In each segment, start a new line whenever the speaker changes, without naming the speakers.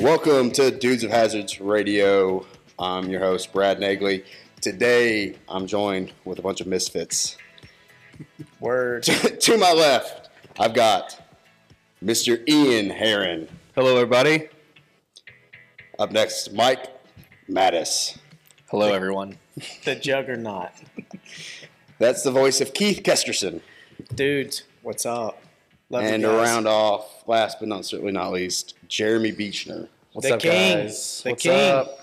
Welcome to Dudes of Hazards Radio. I'm your host, Brad Nagley. Today, I'm joined with a bunch of misfits.
Word.
to my left, I've got Mr. Ian Heron.
Hello, everybody.
Up next, Mike Mattis.
Hello, everyone.
The juggernaut.
That's the voice of Keith Kesterson.
Dudes, what's up? Love you
and to
guys.
round off, last but not certainly not least, Jeremy Beechner.
What's
The
up,
king.
guys?
The
What's
king.
up?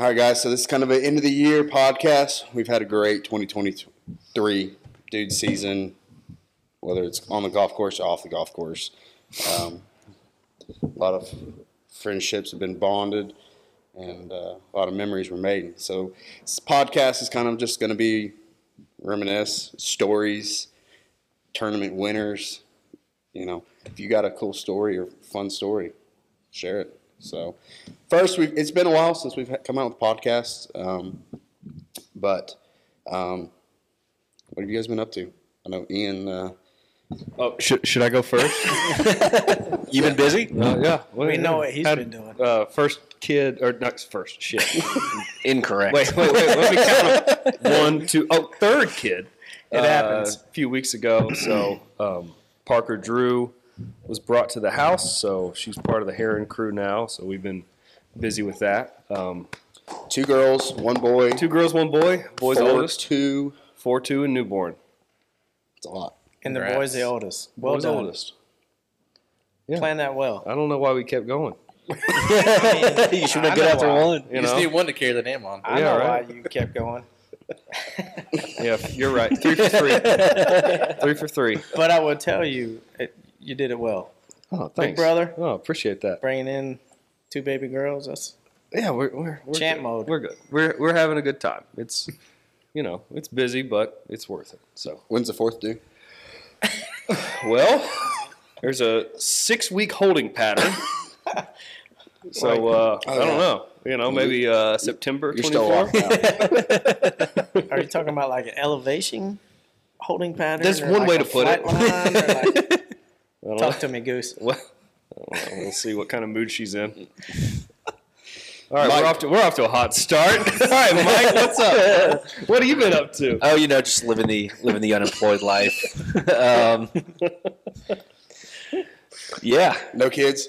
All right, guys. So this is kind of an end of the year podcast. We've had a great 2023 dude season, whether it's on the golf course or off the golf course. Um, a lot of friendships have been bonded, and uh, a lot of memories were made. So this podcast is kind of just going to be reminisce stories, tournament winners. You know, if you got a cool story or fun story, share it. So first we've it's been a while since we've come out with podcasts um, but um, what have you guys been up to i know ian uh,
Oh, should, should I go first?
you been busy
Uh, yeah.
We know what he's been doing.
Uh, first kid, or not first, shit.
Incorrect.
wait, wait, wait. Let me count. 'em. One, two, oh, third kid. Uh,
It happens.
A few weeks ago. So um, Parker Drew was brought to the house. So she's part of the Heron crew now. So we've been busy with that. Um,
two girls one boy
two girls, one boy. Boy's
four,
oldest,
two
four, two, and newborn.
it's a lot
And the
Congrats.
boy's the oldest. Well
boy's
done.
oldest. yeah.
Plan that well.
I don't know why we kept going.
you should
I know why.
one.
You
You
know?
just need one to carry the name on.
I
Yeah,
know
right.
why you kept going.
Yeah, you're right. Three for three. three for three.
But I will tell you, it, you did it well.
Oh, thanks,
Big brother.
Oh, appreciate that.
Bringing in two baby girls. That's
Yeah, we're we're, we're
Champ
good.
mode.
We're good. We're we're having a good time. It's you know it's busy, but it's worth it. So
when's the fourth due
well, there's a six week holding pattern. So uh, I
yeah.
don't know. You know, maybe uh, September
you're still off
24th.
now.
are you talking about like an elevation holding pattern?
That's
or
one
like
way
a
to put it.
flat line or like-
I don't know.
talk to me, Goose.
Well, I don't know. We'll see what kind of mood she's in. All right,
Mike.
we're off to we're off to a hot start. All right, Mike, what's up? What have you been up to?
Oh, you know, just living the living the unemployed life. um, yeah,
no kids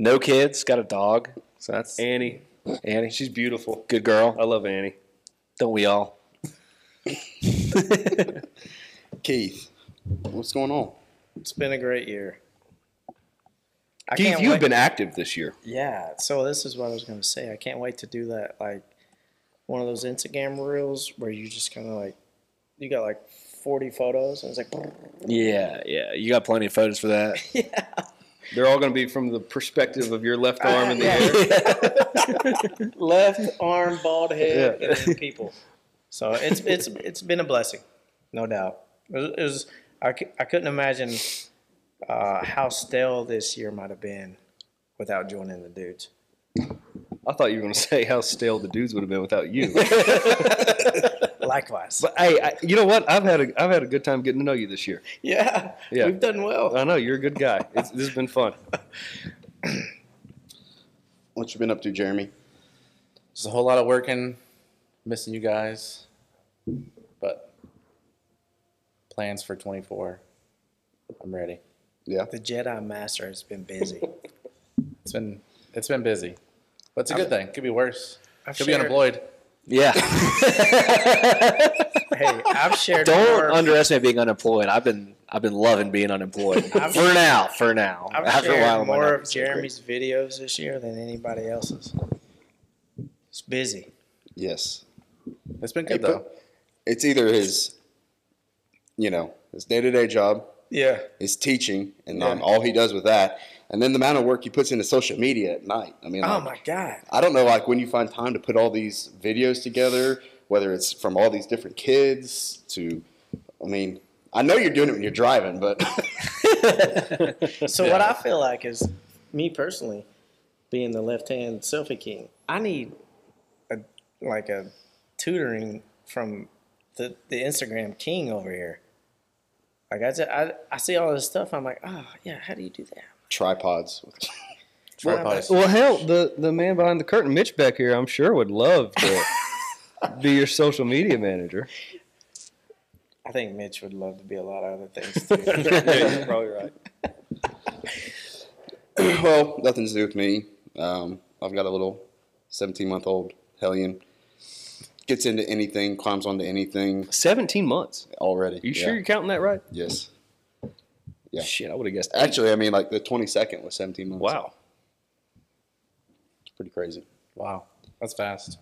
no kids, got a dog, so that's
Annie,
Annie. She's
she's beautiful.
a good girl.
I love Annie.
Don't we all?
keith what's going on
It's been a great year. I
Keith,
can't
you
wait-
have been active this year.
Yeah, so this is what I was gonna say. I can't wait to do that, like one of those Instagram reels where you just kind of like, you got like forty photos, and it's like,
Yeah, yeah. You got plenty of photos for that.
yeah,
They're all going to be from the perspective of your left arm in the air.
left arm, bald head,
Yeah.
and then people. So it's it's it's been a blessing, no doubt. It was, it was I, cou- I couldn't imagine uh, how stale this year might have been without joining the dudes.
I thought you were going to say how stale the dudes would have been without you.
Likewise,
But hey, I, you know what? I've had a I've had a good time getting to know you this year.
yeah,
Yeah.
we've done well.
I know you're a good guy. It's, this has been fun.
what you been up to jeremy
Just a whole lot of working, missing you guys, but plans for 24. I'm ready.
yeah
The Jedi Master has been busy.
It's been it's been busy, but it's a good thing. Could be worse.
I've
Could be
shared-
unemployed.
Yeah.
Hey, I've shared. more,
Don't underestimate being unemployed. I've been I've been loving being unemployed.
I've-
for now, for now.
I've
After
shared
a while, it might
more
not
of
be so great.
Jeremy's videos this year than anybody else's. It's busy.
yes
It's been
Hey,
good though.
but it's either his you know his day-to-day job
Yeah.
his teaching and um, all he does with that and then the amount of work he puts into social media at night i mean
Oh
like,
my God.
I don't know, like when you find time to put all these videos together, whether it's from all these different kids to, I mean, I know you're doing it when you're driving, but
So what I feel like is me personally being the left hand selfie king. I need a like a tutoring from the, the Instagram king over here. Like I, just, I I see all this stuff. I'm like, oh yeah, how do you do that?
tripods.
Tripod is-
Well, hell, the, the man behind the curtain, Mitch Beck here, I'm sure would love to be your social media manager.
I think Mitch would love to be a lot of other things too.
yeah, you're probably right.
well, nothing to do with me. Um, I've got a little 17 month old hellion. Gets into anything, climbs onto anything
17 months.
already.
You
Yeah.
sure you're counting that right?
Yes. Yeah.
Shit, I would have guessed.
Actually, I mean, like the 22nd was 17 months.
Wow.
It's pretty crazy.
wow, that's fast.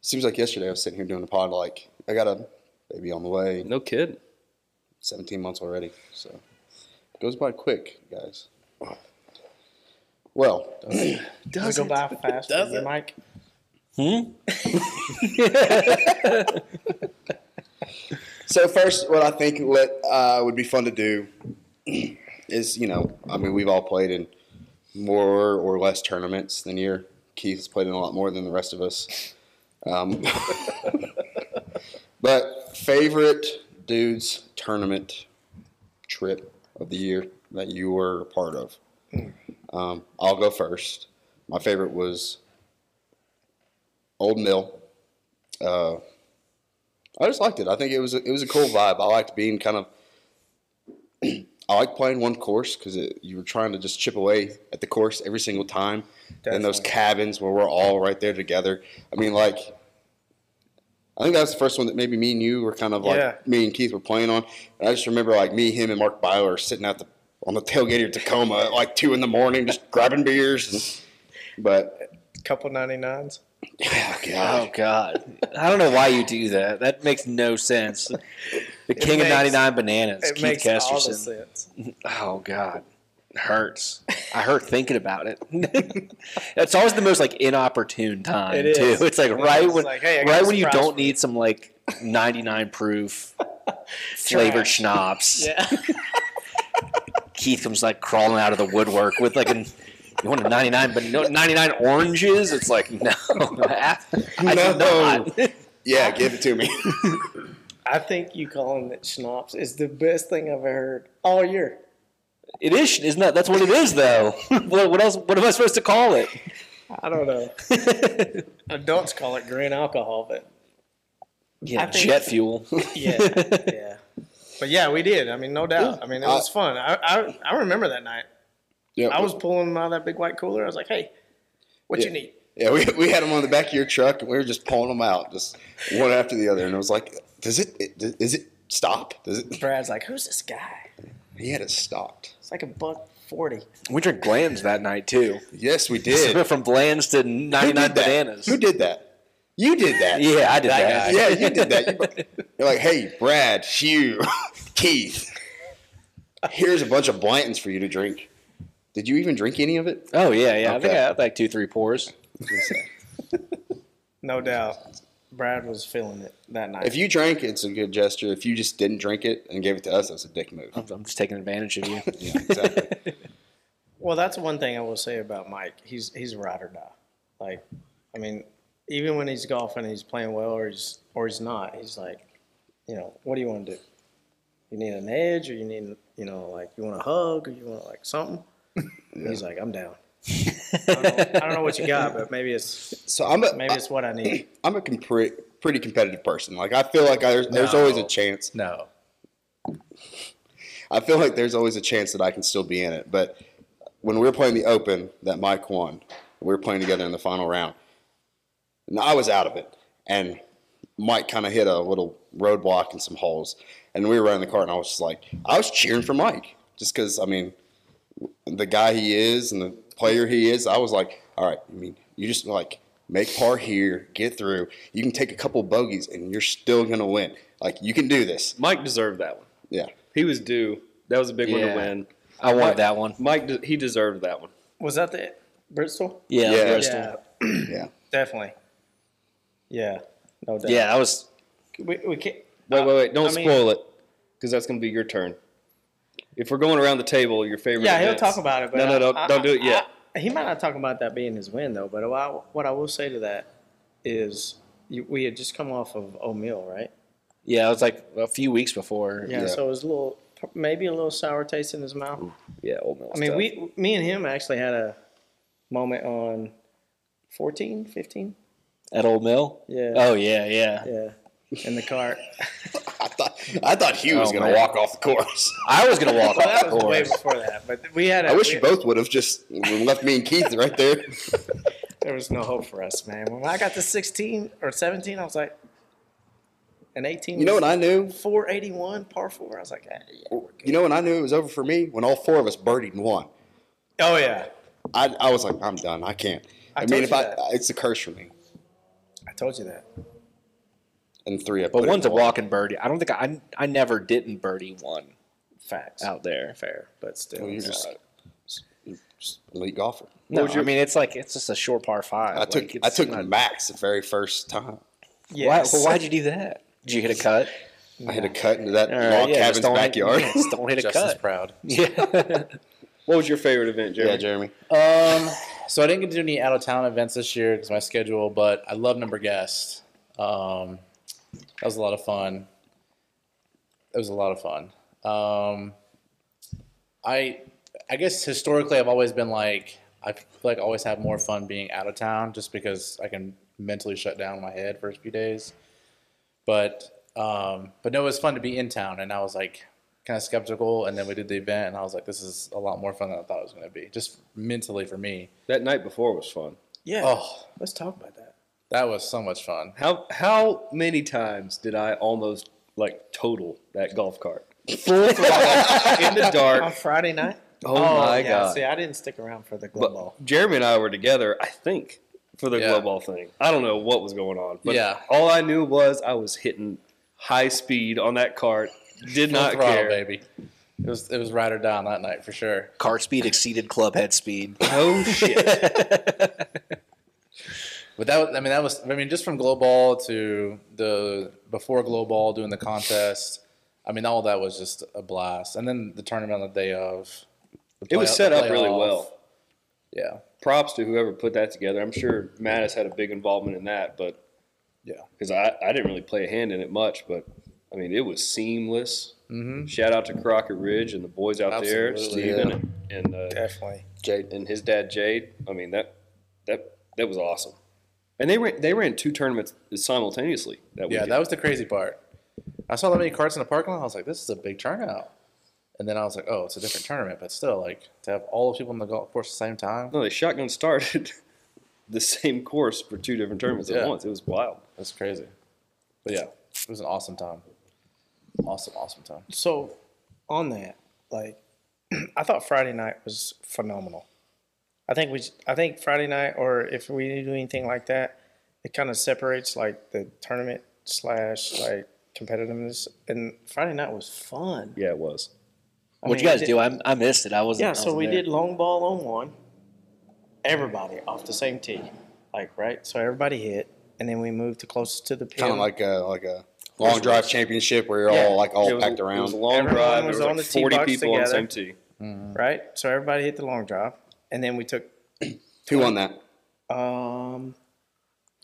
Seems like yesterday I was sitting here doing a pod, like, I got a baby on the way,
No kid.
17 months already. So goes by quick, guys. Well,
Does go by fast for you, Mike?
So first, what I think let, uh, would be fun to do is, you know, I mean, we've all played in more or less tournaments than you. Keith's played in a lot more than the rest of us. Um, but favorite dudes tournament trip of the year that you were a part of. Um, I'll go first. My favorite was Old Mill. Uh, I just liked it. I think it was a, it was a cool vibe. I liked being kind of. I like playing one course because you were trying to just chip away at the course every single time. And those
Definitely.
cabins where we're all right there together. I mean, like, I think that was the first one that maybe me and you were kind of like
Yeah.
me and Keith were playing on. And I just remember like me, him, and Mark Byler sitting out the on the tailgate of Tacoma at like two in the morning, just grabbing beers. And, but
Couple ninety nines.
oh
Oh
god,
God! I don't know why you do that. That makes no sense. The king
makes-
of '99 bananas,
It
Keith
makes all the
Casterson.
sense.
Oh God, It hurts. I hurt thinking about it. it's always the most like inopportune time
It is.
too. It's like
It
right
is.
when
Like, hey, I got
right
a
when you
surprise
don't
for you.
need some like 99 proof flavored
Trash.
schnapps.
Yeah.
Keith comes like crawling out of the woodwork with like an. You want a 99, but no, 99 oranges? It's like, no. I
No.
do not.
yeah, give it to me.
I think you calling it schnapps is the best thing I've ever heard all year.
It is, isn't that? That's what it is, though. what what else? What am I supposed to call it?
I don't know. Adults call it green alcohol, but
Yeah,
I think-
jet fuel.
yeah, yeah. But yeah, we did. I mean, no doubt. I mean, it was fun. I, I I remember that night.
yeah,
I was pulling him out of that big white cooler. I was like, "Hey, what
Yeah.
you need?"
yeah. We, we had them on the back of your truck, and we were just pulling them out, just one after the other. And it was like, does it? it is it stop? Does it?
Brad's like, "Who's this guy?"
He had it stopped.
It's like a buck forty.
We drank Bland's that night too.
Yes, we
We
did.
went from Bland's to
Who
ninety
did that?
nine bananas.
Who did that? You did that.
Yeah, I did
That
that.
Yeah, you did that. You- You're like, hey, Brad, Hugh, Keith, here's a bunch of Blantons for you to drink. Did you even drink any of it?
Oh yeah, yeah. I think I
Okay.
had like two, three pours.
No doubt, Brad was feeling it that night.
If you drank, it's a good gesture. If you just didn't drink it and gave it to us, that's a dick move.
I'm, I'm just taking advantage of you.
Yeah, exactly.
Well, that's one thing I will say about Mike. He's he's ride or die. Like, I mean, even when he's golfing, he's playing well, or he's or he's not. He's like, you know, what do you want to do? You need an edge, or you need, you know, like you want a hug, or you want like something. And He's like, I'm down. I, don't know, I don't know what you got, but maybe it's
so I'm a
maybe it's what I need.
am a com- pre- pretty competitive person. Like I feel like I, there's, there's always a
No.
chance.
No,
I feel like there's always a chance that I can still be in it. But when we were playing the Open that Mike won, we were playing together in the final round, and I was out of it. And Mike kind of hit a little roadblock and some holes, and we were running the cart, and I was just like, I was cheering for Mike just because I mean, the guy he is and the player he is. I was like, all right, I mean, you just like make par here, get through. You can take a couple bogeys, and you're still gonna win. Like you can do this.
Mike deserved that one.
Yeah.
He was due. That was a big one to
Yeah.
win.
I
Mike-
wanted that one.
Mike, de- he deserved that one.
Was that the Bristol?
Yeah,
Yeah.
Bristol.
Yeah,
Yeah.
definitely. Yeah, no doubt.
yeah. That was
we, we can't.
Wait, wait, wait! Don't
I mean-
spoil it, because that's going to be your turn. If we're going around the table, your favorite.
Yeah, he'll
events-
talk about it. But
no, no,
I-
don't,
I-
don't do it
I-
yet.
he might not talk about that being his win though. But what I, what I will say to that is, you, we had just come off of O'Mill, right?
yeah. It was like a few weeks before.
Yeah.
Yeah.
So it was a little, maybe a little sour taste in his mouth.
yeah. Old Mill
I mean,
stuff.
we, me and him actually had a moment on 14, 15?
At Old Mill?
Yeah.
Oh, yeah, yeah.
Yeah. In the cart.
I thought I thought Hugh was
Oh,
going to
man.
walk off the course.
I was going to walk
Well,
off
that
the
was way
course.
before that, but we had. A,
I wish
we-
you both would have just left me and Keith right there.
There was no hope for us, man. When I got to 16 or 17, I was like, and 18.
You know what I knew?
481 par four. I was like, eh, yeah.
You know when I knew it was over for me when all four of us birdied and won.
oh yeah.
I, I was like, I'm done. I can't.
I
I,
told
mean, if
you
I,
that.
it's a curse for me.
I told you that.
And three, I put
But
it
one's a
in the hole.
walking birdie. I don't think I, I never didn't birdie one
Facts.
out there.
Fair, but still.
Well, you're just, you're just an elite golfer.
No, Uh, I mean it's like it's just a short par five.
I took
Like, it's
I took
not-
max the very first time.
Why, well, why'd you do that? Did you hit a cut?
I had a cut into that
All
log
right, yeah, just
cabin's
don't-
backyard.
yeah, just don't hit a
Justin's
cut.
proud.
Yeah.
What was your favorite event, Jerry?
yeah, Jeremy.
Um, so I didn't get to do any out of town events this year because my schedule, but I love Number Guest. Um, that was a lot of fun. It was a lot of fun. Um, I, I guess historically I've always been like I feel like I always have more fun being out of town just because I can mentally shut down my head for a few days. But um, but no, it was fun to be in town, and I was like kind of skeptical, and then we did the event, and I was like, this is a lot more fun than I thought it was going to be, just mentally for me.
That night before was fun.
Yeah.
Oh,
Let's talk about that.
that was so much fun.
How how many times did I almost like total that golf cart in the
On
dark?
Friday night.
Oh, my
yeah,
god!
See, I didn't stick around for the glow ball.
But Jeremy and I were together, I think, for the
Yeah.
glove ball thing. I don't know what was going on, but
Yeah.
all I knew was I was hitting high speed on that cart. Did
Full
not
throttle,
care.
baby. It was it was ride or down that night for sure.
Cart speed exceeded club head speed.
No shit.
But that was, I mean, that was, I mean, just from glow ball to the before glow ball doing the contest, I mean, all that was just a blast. And then the tournament on the day of. the
it was
play-
set
the
up really
playoff.
well.
Yeah.
Props to whoever put that together. I'm sure Mattis had a big involvement in that, but
Yeah.
because I, I didn't really play a hand in it much, but I mean it was seamless.
Mm-hmm.
Shout out to Crockett Ridge and the boys out there,
Absolutely,
Steven
yeah.
and, and uh,
Definitely.
Jade and his dad Jade. I mean that that that was awesome. And they ran they ran two tournaments simultaneously that
Yeah,
weekend.
that was the crazy part. I saw that many carts in the parking lot. I was like, this is a big turnout. And then I was like, oh, it's a different tournament, but still, like, to have all the people on the golf course at the same time,
no, they shotgun started the same course for two different tournaments
Yeah.
at once. It was wild.
that's crazy. But yeah, it was an awesome time. Awesome, awesome time.
So, on that, like, I thought Friday night was phenomenal. I think we, j- I think Friday night, or if we do anything like that, it kind of separates like the tournament slash like competitiveness. And Friday night was fun.
Yeah, it was.
I
What'd
mean,
you guys
I did-
do? I, I missed it. I wasn't.
Yeah,
I
so
wasn't
we
there.
did long ball on one. Everybody off the same tee, like right. So everybody hit, and then we moved to closest to the pin.
Kind of like a like a long drive championship where you're
Yeah.
all like all
it was,
packed
It was
around.
a long
Everyone
drive.
was
there was
on
like
the tee
40
box
people on the
together.
same tee.
right. So everybody hit the long drive, and then we took
Who won that?
um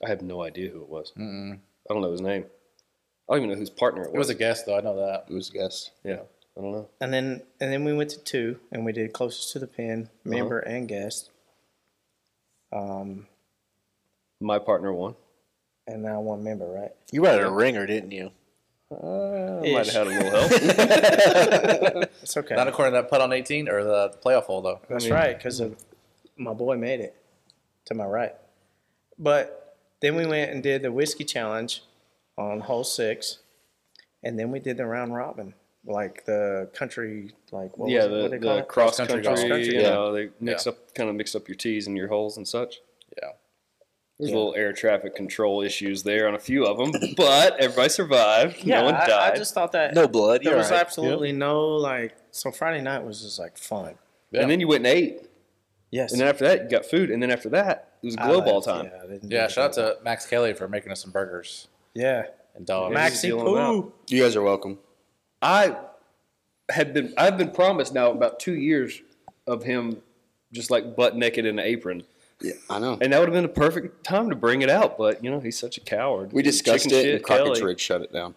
I have no idea who it was. I don't know his name. I don't even know whose partner it
It was
was.
a guest, though. I know that.
It was guess.
yeah, I don't know.
and then and then we went to two and we did closest to the pin member
Uh-huh.
and guest um
My partner won.
and now one member right
You were at a ringer, didn't you?
Uh,
Ish.
might have had a little help.
it's okay
Not according to that putt on 18 or the playoff hole, though.
that's right because of my boy made it to my right but then we went and did the whiskey challenge on hole six and then we did the round robin like the country like what was
yeah,
it? what they
the,
call
the
it?
cross country,
Cross-country golf.
Cross-country,
you
yeah.
know, they mix
Yeah.
up, kind of mix up your tees and your holes and such.
Yeah.
There's little air traffic control issues there on a few of them, but everybody survived.
yeah
no one
I,
died.
I just thought that
No blood.
there
you're
was
all right.
absolutely no like so friday night was just like fun
Yeah.
And then you went and ate.
yes
And then after that, you got food. And then after that, it was glow ball time.
Yeah, I didn't
Yeah,
do
shout out
that.
to Max Kelly for making us some burgers
yeah.
and dogs.
Max- just
Maxi
dealing them
Poo.
You guys are welcome.
I had been I've been promised now about two years of him just like butt naked in an apron.
Yeah, I know.
And that would have been the perfect time to bring it out, but you know, he's such a coward.
We discussed
Chicken
it,
shit,
and Crockett's
Kelly.
Ridge shut it down.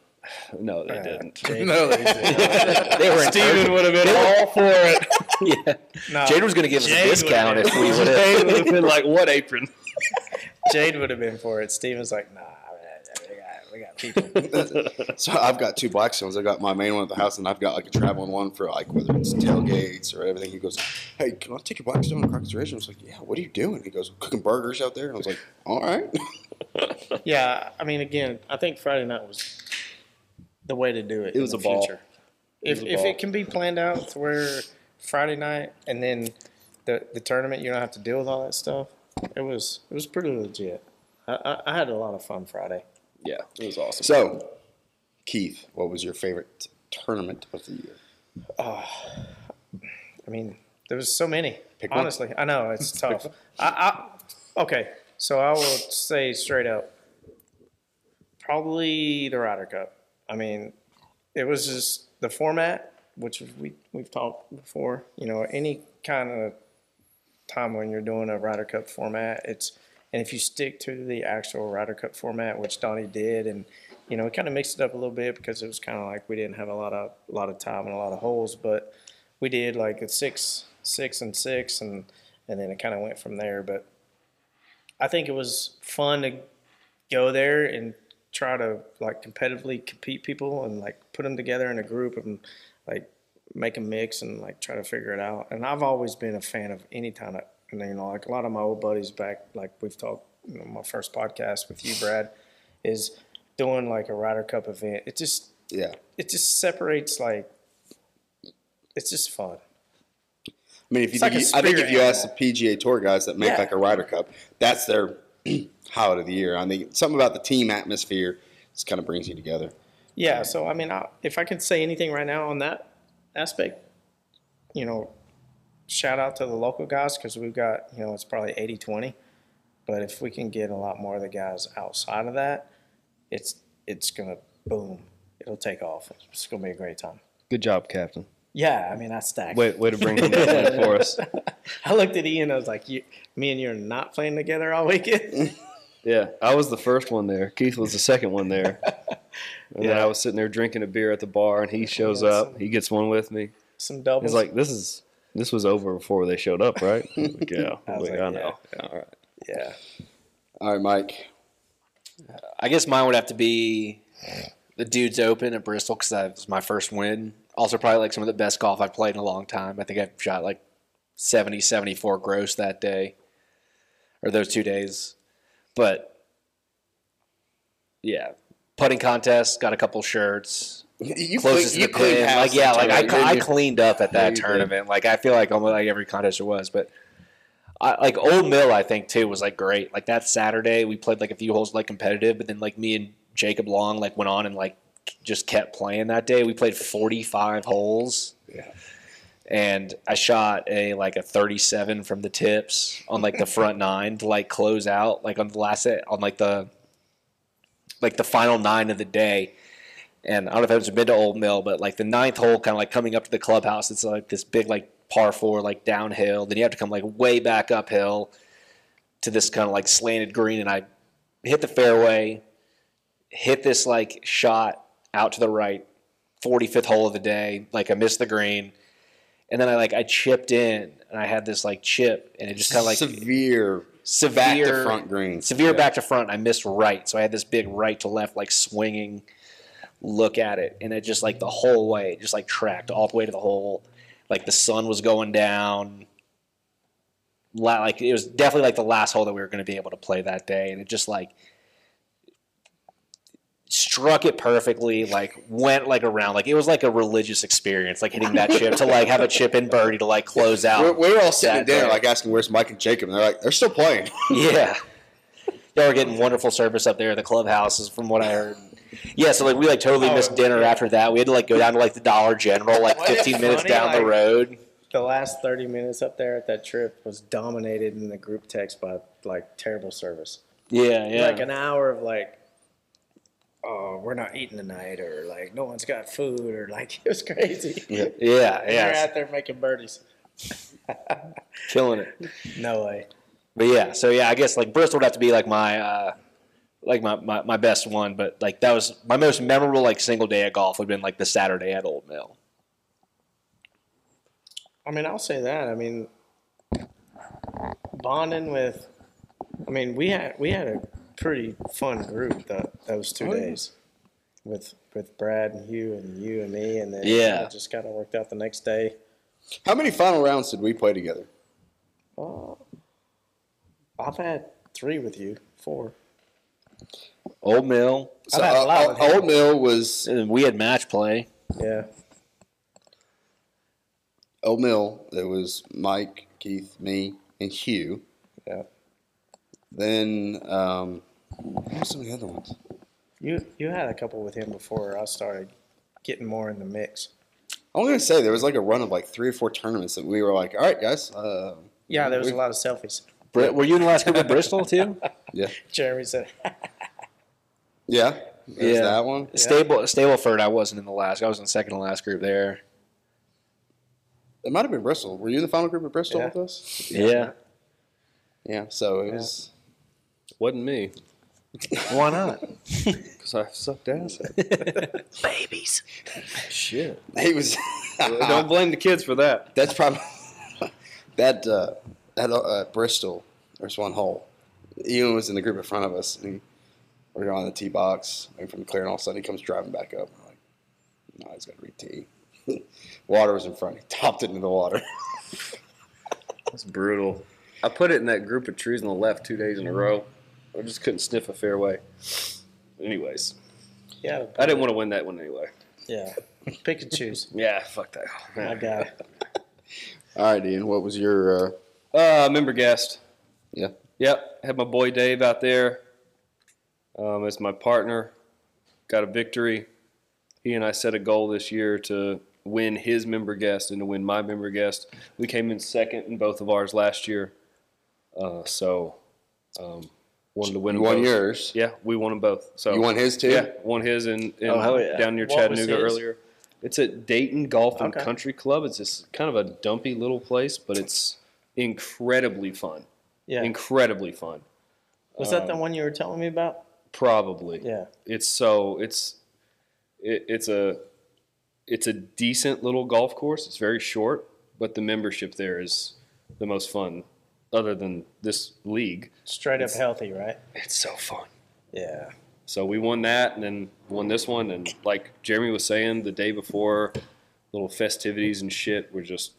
No, they didn't.
no, they didn't.
They were
Steven would have been all for it.
yeah.
No,
Jade was going to give us
Jade
a discount
would've
if we would have.
Jade would have been like, "What apron?"
Jade would have been for it. Steven's like, nah, we got, we got people.
So I've got two Blackstones. I've got my main one at the house, and I've got like a traveling one for like whether it's tailgates or everything. He goes, "Hey, can I take your Blackstone to Crockett's Ridge?" I was like, "Yeah." What are you doing? He goes, "Cooking burgers out there." And I was like, "All right."
yeah, I mean, again, I think Friday night was the way to do it.
It
in
was
the
a ball.
Future. If,
was a
if
ball.
it can be planned out to where Friday night and then the, the tournament, you don't have to deal with all that stuff. It was it was pretty legit. I, I, I had a lot of fun Friday.
Yeah, it was awesome.
So, Keith, what was your favorite tournament of the year?
I mean, there was so many.
Pick one.
honestly, I know it's tough. I, I okay, so I will say straight up, probably the Ryder Cup. I mean, it was just the format, which we we've talked before. You know, any kind of time when you're doing a Ryder Cup format, it's and if you stick to the actual Ryder Cup format, which Donnie did, and you know, we kind of mixed it up a little bit because it was kind of like we didn't have a lot of a lot of time and a lot of holes, but we did like a six, six and six, and and then it kind of went from there. But I think it was fun to go there and try to like competitively compete people and like put them together in a group and like make a mix and like try to figure it out. And I've always been a fan of any kind of and you know like a lot of my old buddies back like we've talked you know, my first podcast with you Brad is doing like a Ryder Cup event. It just
Yeah,
it just separates like it's just fun.
I mean, if you,
It's like a
you- I think
spirit
if you ask the
animal.
PGA Tour guys that make
Yeah.
like a Ryder Cup, that's their highlight of the year. I think something about the team atmosphere just kind of brings you together.
Yeah, so I mean, I, if I can say anything right now on that aspect, you know, shout out to the local guys because we've got, you know, it's probably 80 20. But if we can get a lot more of the guys outside of that, it's it's going to boom. It'll take off. It's going to be a great time.
Good job, Captain.
Yeah, I mean, I stacked.
Way, way to bring him in for us.
I looked at Ian. I was like, you, "Me and you are not playing together all weekend."
Yeah, I was the first one there. Keith was the second one there. And then I was sitting there drinking a beer at the bar, and he shows up. He gets one with me.
Some
He's
doubles.
like, "This is this was over before they showed up, right?" I'm like, yeah, I,
was like,
like, I know. Yeah, all right.
"Yeah,
All right, Mike.
I guess mine would have to be the dudes open at Bristol because that was my first win. Also, probably like some of the best golf I've played in a long time. I think I shot like 70, 74 gross that day or those two days. But yeah, putting contest, got a couple shirts.
You
Closest
clean-
to the pin.
house
Like, yeah,
that
like I,
tournament,
I
didn't you?
cleaned up at
Yeah,
that
you did.
tournament. Like, I feel like almost like every contest there was. But I, like Old Mill, I think too was like great. Like that Saturday, we played like a few holes like competitive, but then like me and Jacob Long like went on and like just kept playing that day. We played forty five holes. Yeah. And I shot a like a thirty seven from the tips on like the front nine to like close out like on the last set on like the like the final nine of the day. And I don't know if I've ever been to Old Mill, but like the ninth hole, kind of like coming up to the clubhouse, it's like this big like par four, like downhill. Then you have to come like way back uphill to this kind of like slanted green. And I hit the fairway, hit this like shot out to the right, 45th hole of the day. Like I missed the green. And then I like I chipped in and I had this like chip and it just kind of like
severe
severe
back to front green.
severe back to front. I missed right, so I had this big right to left like swinging look at it, and it just like the whole way, it just like tracked all the way to the hole. Like the sun was going down. La- Like it was definitely like the last hole that we were going to be able to play that day, and it just like struck it perfectly. Like went like around. Like it was like a religious experience. Like hitting that chip to like have a chip and birdie to like close out.
We're, we're all sitting
that
there
day.
like asking where's Mike and Jacob, and they're like, they're still playing.
Yeah. Y'all were getting wonderful service up there at the clubhouses, from what I heard. Yeah, so like we like totally
Oh,
missed dinner
yeah.
after that. We had to like go down to like the Dollar General, like
Wasn't it
15 minutes
funny,
down the
like-
road.
the last 30 minutes up there at that trip was dominated in the group text by like terrible service.
Yeah, yeah.
Like an hour of like, oh, we're not eating tonight, or like no one's got food, or like it was crazy. Yeah,
yeah,
They're
yeah.
out there making birdies.
Killing it.
No way.
But yeah, so yeah, I guess like Bristol would have to be like my uh like my, my, my best one, but like that was my most memorable like single day at golf would have been like the Saturday at Old Mill.
I mean, I'll say that. I mean, bonding with. I mean, we had we had a pretty fun group that those
Oh,
two days, with with Brad and Hugh and you and me, and then it
Yeah.
kinda just kind of worked out the next day.
How many final rounds did we play together?
Oh, I've had three with you, four.
Old Mill,
So
had a lot
uh,
with
uh,
him.
Old Mill was
and we had match play.
Yeah,
Old Mill. It was Mike, Keith, me, and Hugh.
yeah.
Then um, what were some of the other ones?
You you had a couple with him before I started getting more in the mix.
I'm gonna say there was like a run of like three or four tournaments that we were like, all right, guys. Uh,
Yeah, there was
we-
a lot of selfies.
Brit, were you in the last group at Bristol too?
Yeah,
Jeremy said,
yeah, there's
Yeah.
that one.
Stable Stableford, I wasn't in the last. I was in second to last group there.
It might have been Bristol. Were you in the final group at Bristol
Yeah.
with us?
Yeah,
Yeah. So it was.
Wasn't me,
why not?
because I sucked ass. at
"Babies."
it. Shit.
He was.
Don't blame the kids for that.
That's probably that uh, that uh, Bristol. There's one hole. Ian was in the group in front of us, and he, we were on the tee box, and from clear, and all of a sudden he comes driving back up. I'm like, no, he's got to read tee. water was in front. He topped it into the water.
That's brutal. I put it in that group of trees on the left two days in a row. I just couldn't sniff a fairway. Anyways,
Yeah,
I didn't want to win that one anyway.
yeah. Pick and choose.
Yeah, fuck that.
My guy.
all right, Ian. What was your? Uh,
Uh, member guest.
yeah.
Yep, had my boy Dave out there um, as my partner. Got a victory. He and I set a goal this year to win his member guest and to win my member guest. We came in second in both of ours last year, uh, so um, wanted to win.
You
them
won
both.
yours.
Yeah, we won them both. So
You won his too.
Yeah, won his in, in
Oh, hell yeah.
down near
What was
Chattanooga
his?
earlier. It's at Dayton Golf and
Okay.
Country Club. It's this kind of a dumpy little place, but it's incredibly fun.
Yeah.
Incredibly fun.
Was that the one you were telling me about?
Probably.
Yeah.
It's so it's it, it's a it's a decent little golf course. It's very short, but the membership there is the most fun other than this league.
Straight up healthy, right?
It's so fun.
Yeah.
So we won that and then won this one and like Jeremy was saying the day before little festivities and shit were just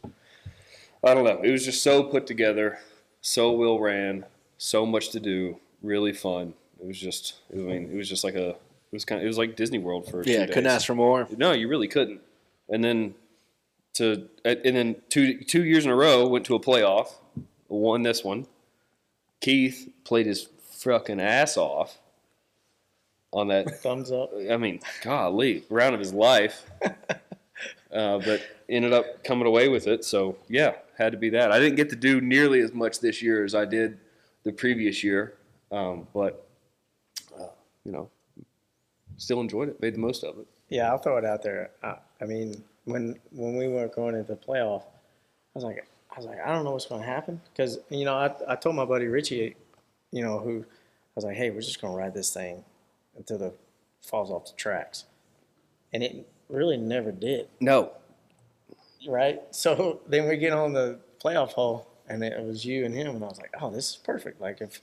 I don't know. It was just so put together, so well ran, so much to do, really fun. It was just I mean, it was just like a it was kind of, it was like Disney World for a few
Yeah,
days.
couldn't ask for more.
No, you really couldn't. And then to and then two two years in a row went to a playoff, won this one. Keith played his fucking ass off on that.
Thumbs up.
I mean, golly, round of his life. Uh, but ended up coming away with it. So yeah, had to be that. I didn't get to do nearly as much this year as I did the previous year, um, but uh, you know, still enjoyed it. Made the most of it.
Yeah, I'll throw it out there. I, I mean, when when we weren't going into the playoff, I was like, I was like, I don't know what's going to happen because you know I I told my buddy Richie, you know who, I was like, hey, we're just going to ride this thing until the falls off the tracks, and it really never did,
No,
right? So then we get on the playoff hole, and it was you and him, and I was like, oh, this is perfect. Like if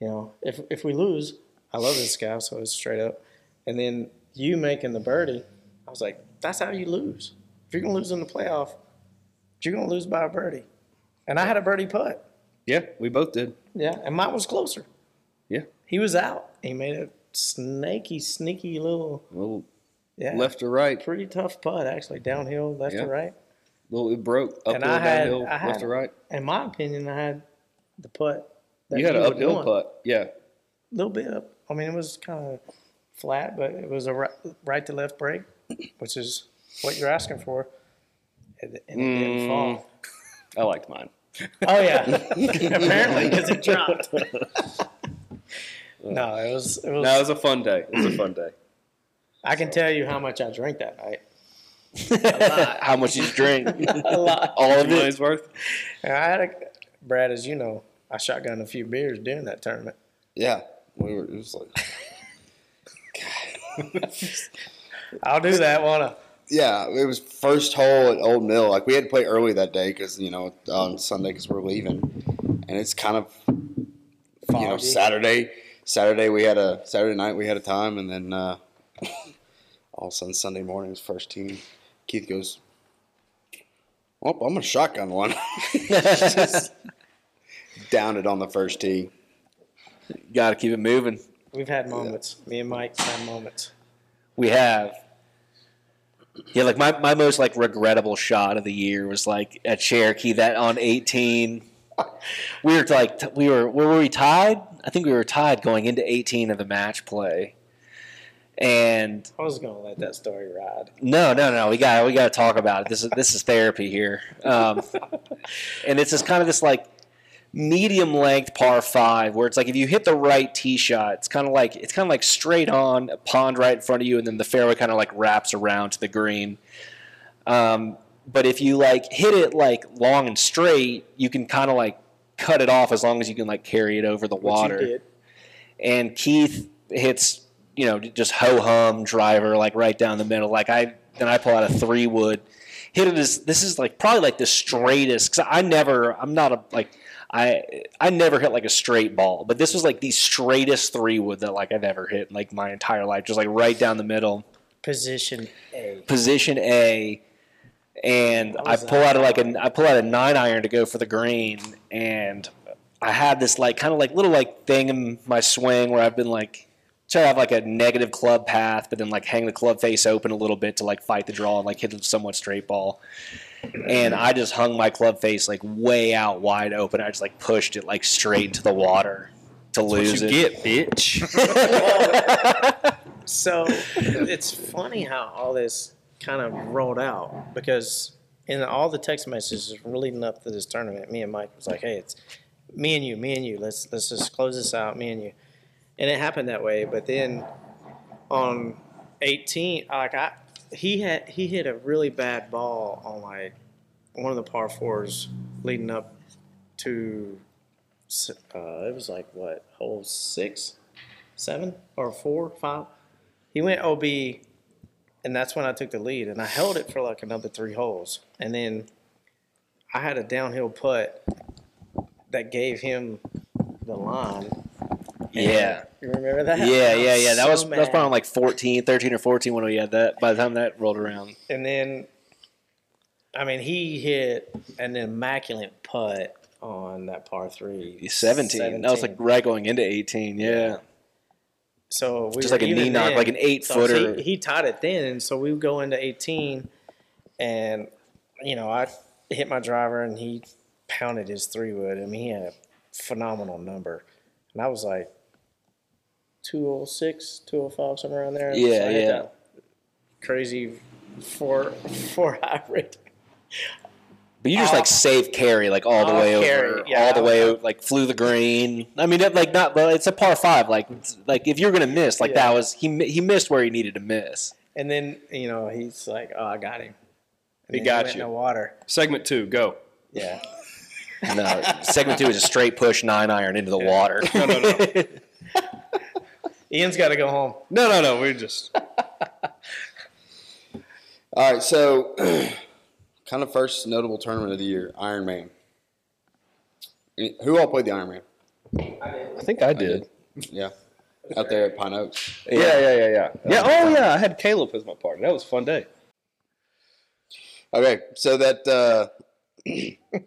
you know if if we lose, I love this guy, so it's straight up, and then you making the birdie. I was like, that's how you lose. If you're gonna lose in the playoff, you're gonna lose by a birdie. And I had a birdie putt.
Yeah, we both did.
Yeah, and mine was closer.
Yeah.
He was out. He made a snaky, sneaky little
Little
yeah,
left or right.
pretty tough putt actually, downhill, left
Yeah.
to right.
Little it broke uphill,
And I had-
downhill,
I had-
left or right.
In my opinion, I had the putt. that
You had an
had
uphill
won.
putt. Yeah.
little bit up. I mean, it was kind of flat, but it was a right, right to left break, which is what you're asking for. And, and it
Mm.
didn't fall.
I liked mine.
Oh yeah, apparently because it dropped. no, it was it was.
No, it was a fun day. It was a fun day.
I can tell you how much I drank that night.
How much did you drink?
A lot.
All of
Your
it.
money's worth.
And I had a Brad, as you know, I shotgunned a few beers during that tournament.
Yeah. We were it was like,
I'll do that, wanna?
yeah, it was first hole at Old Mill. Like we had to play early that day because you know on Sunday because we're leaving, and it's kind of you know
Foggy.
Saturday. Saturday we had a Saturday night we had a time, and then uh, all of a sudden Sunday morning was first team. Keith goes, "Well, I'm gonna shotgun one." Just down it on the first tee.
Got to keep it moving.
We've had moments. Me and Mike had moments.
we have. Yeah, like my, my most like regrettable shot of the year was like at Cherokee that on eighteen. We were like t- we were were we tied? I think we were tied going into eighteen of the match play. And
I was gonna let that story ride.
no, no, no. We got we got to talk about it. This is this is therapy here, um, and it's just kind of this like medium length par five where it's like if you hit the right tee shot, it's kind of like it's kind of like straight on a pond right in front of you, and then the fairway kind of like wraps around to the green. Um, but if you like hit it like long and straight, you can kind of like cut it off as long as you can like carry it over the water
Which you did.
and Keith hits, you know, just ho hum driver like right down the middle. Like I then I pull out a three wood, hit it as this is like probably like the straightest because I never I'm not a like I I never hit like a straight ball, but this was like the straightest three wood that like I've ever hit in like my entire life, just like right down the middle
Position A.
position A, and I
was
pull out a, like a I pull out a nine iron to go for the green, and I had this like kind of like little like thing in my swing where I've been like try to have like a negative club path, but then like hang the club face open a little bit to like fight the draw and like hit a somewhat straight ball. And I just hung my club face like way out wide open. I just like pushed it like straight into the water to lose it.
get, bitch.
So it's funny how all this kind of rolled out because in all the text messages leading up to this tournament, me and Mike was like, "Hey, it's me and you, me and you. Let's let's just close this out, me and you." And it happened that way. But then on 18, like I, he had he hit a really bad ball on like one of the par fours leading up to s- uh, it was like what hole six, seven or four, five. He went OB, and that's when I took the lead, and I held it for like another three holes, and then I had a downhill putt that gave him the line.
Yeah.
You remember that?
Yeah,
I
yeah, yeah. That
so
was that was
mad.
probably like 14, 13 or 14 when we had that by the time that rolled around.
And then, I mean, he hit an immaculate putt on that par three.
17. That was like
17.
right going into 18. Yeah.
so we
Just
were
like a
even
knee knock,
then.
like an eight
So
footer.
He, he tied it then, so we would go into 18, and you know I hit my driver, and he pounded his three wood. I mean, he had a phenomenal number, and I was like 206, 205, somewhere around there.
Yeah,
I hit
yeah.
that Crazy four four hybrid.
But you just like
off-
saved carry like all the
off
way over,
carry, yeah.
all the way over, like flew the green. I mean, it, like not, but it's a par five. Like, it's- like if you're gonna miss, like
Yeah.
that was he mi- he missed where he needed to miss.
And then you know he's like, "Oh, I got him." And
He
then
got
went
you.
In the water.
Segment two, go.
Yeah.
No, uh, segment two is a straight push nine iron into the water.
No, no, no.
Ian's got to go home.
No, no, no. We're just
All right, so kind of first notable tournament of the year, Iron Man. Who all played the Iron Man?
I think I did.
Yeah, out there at Pine Oaks.
yeah, yeah, yeah, yeah. Yeah. Oh, yeah. I had Caleb as my partner. That was a fun day.
Okay, so that uh,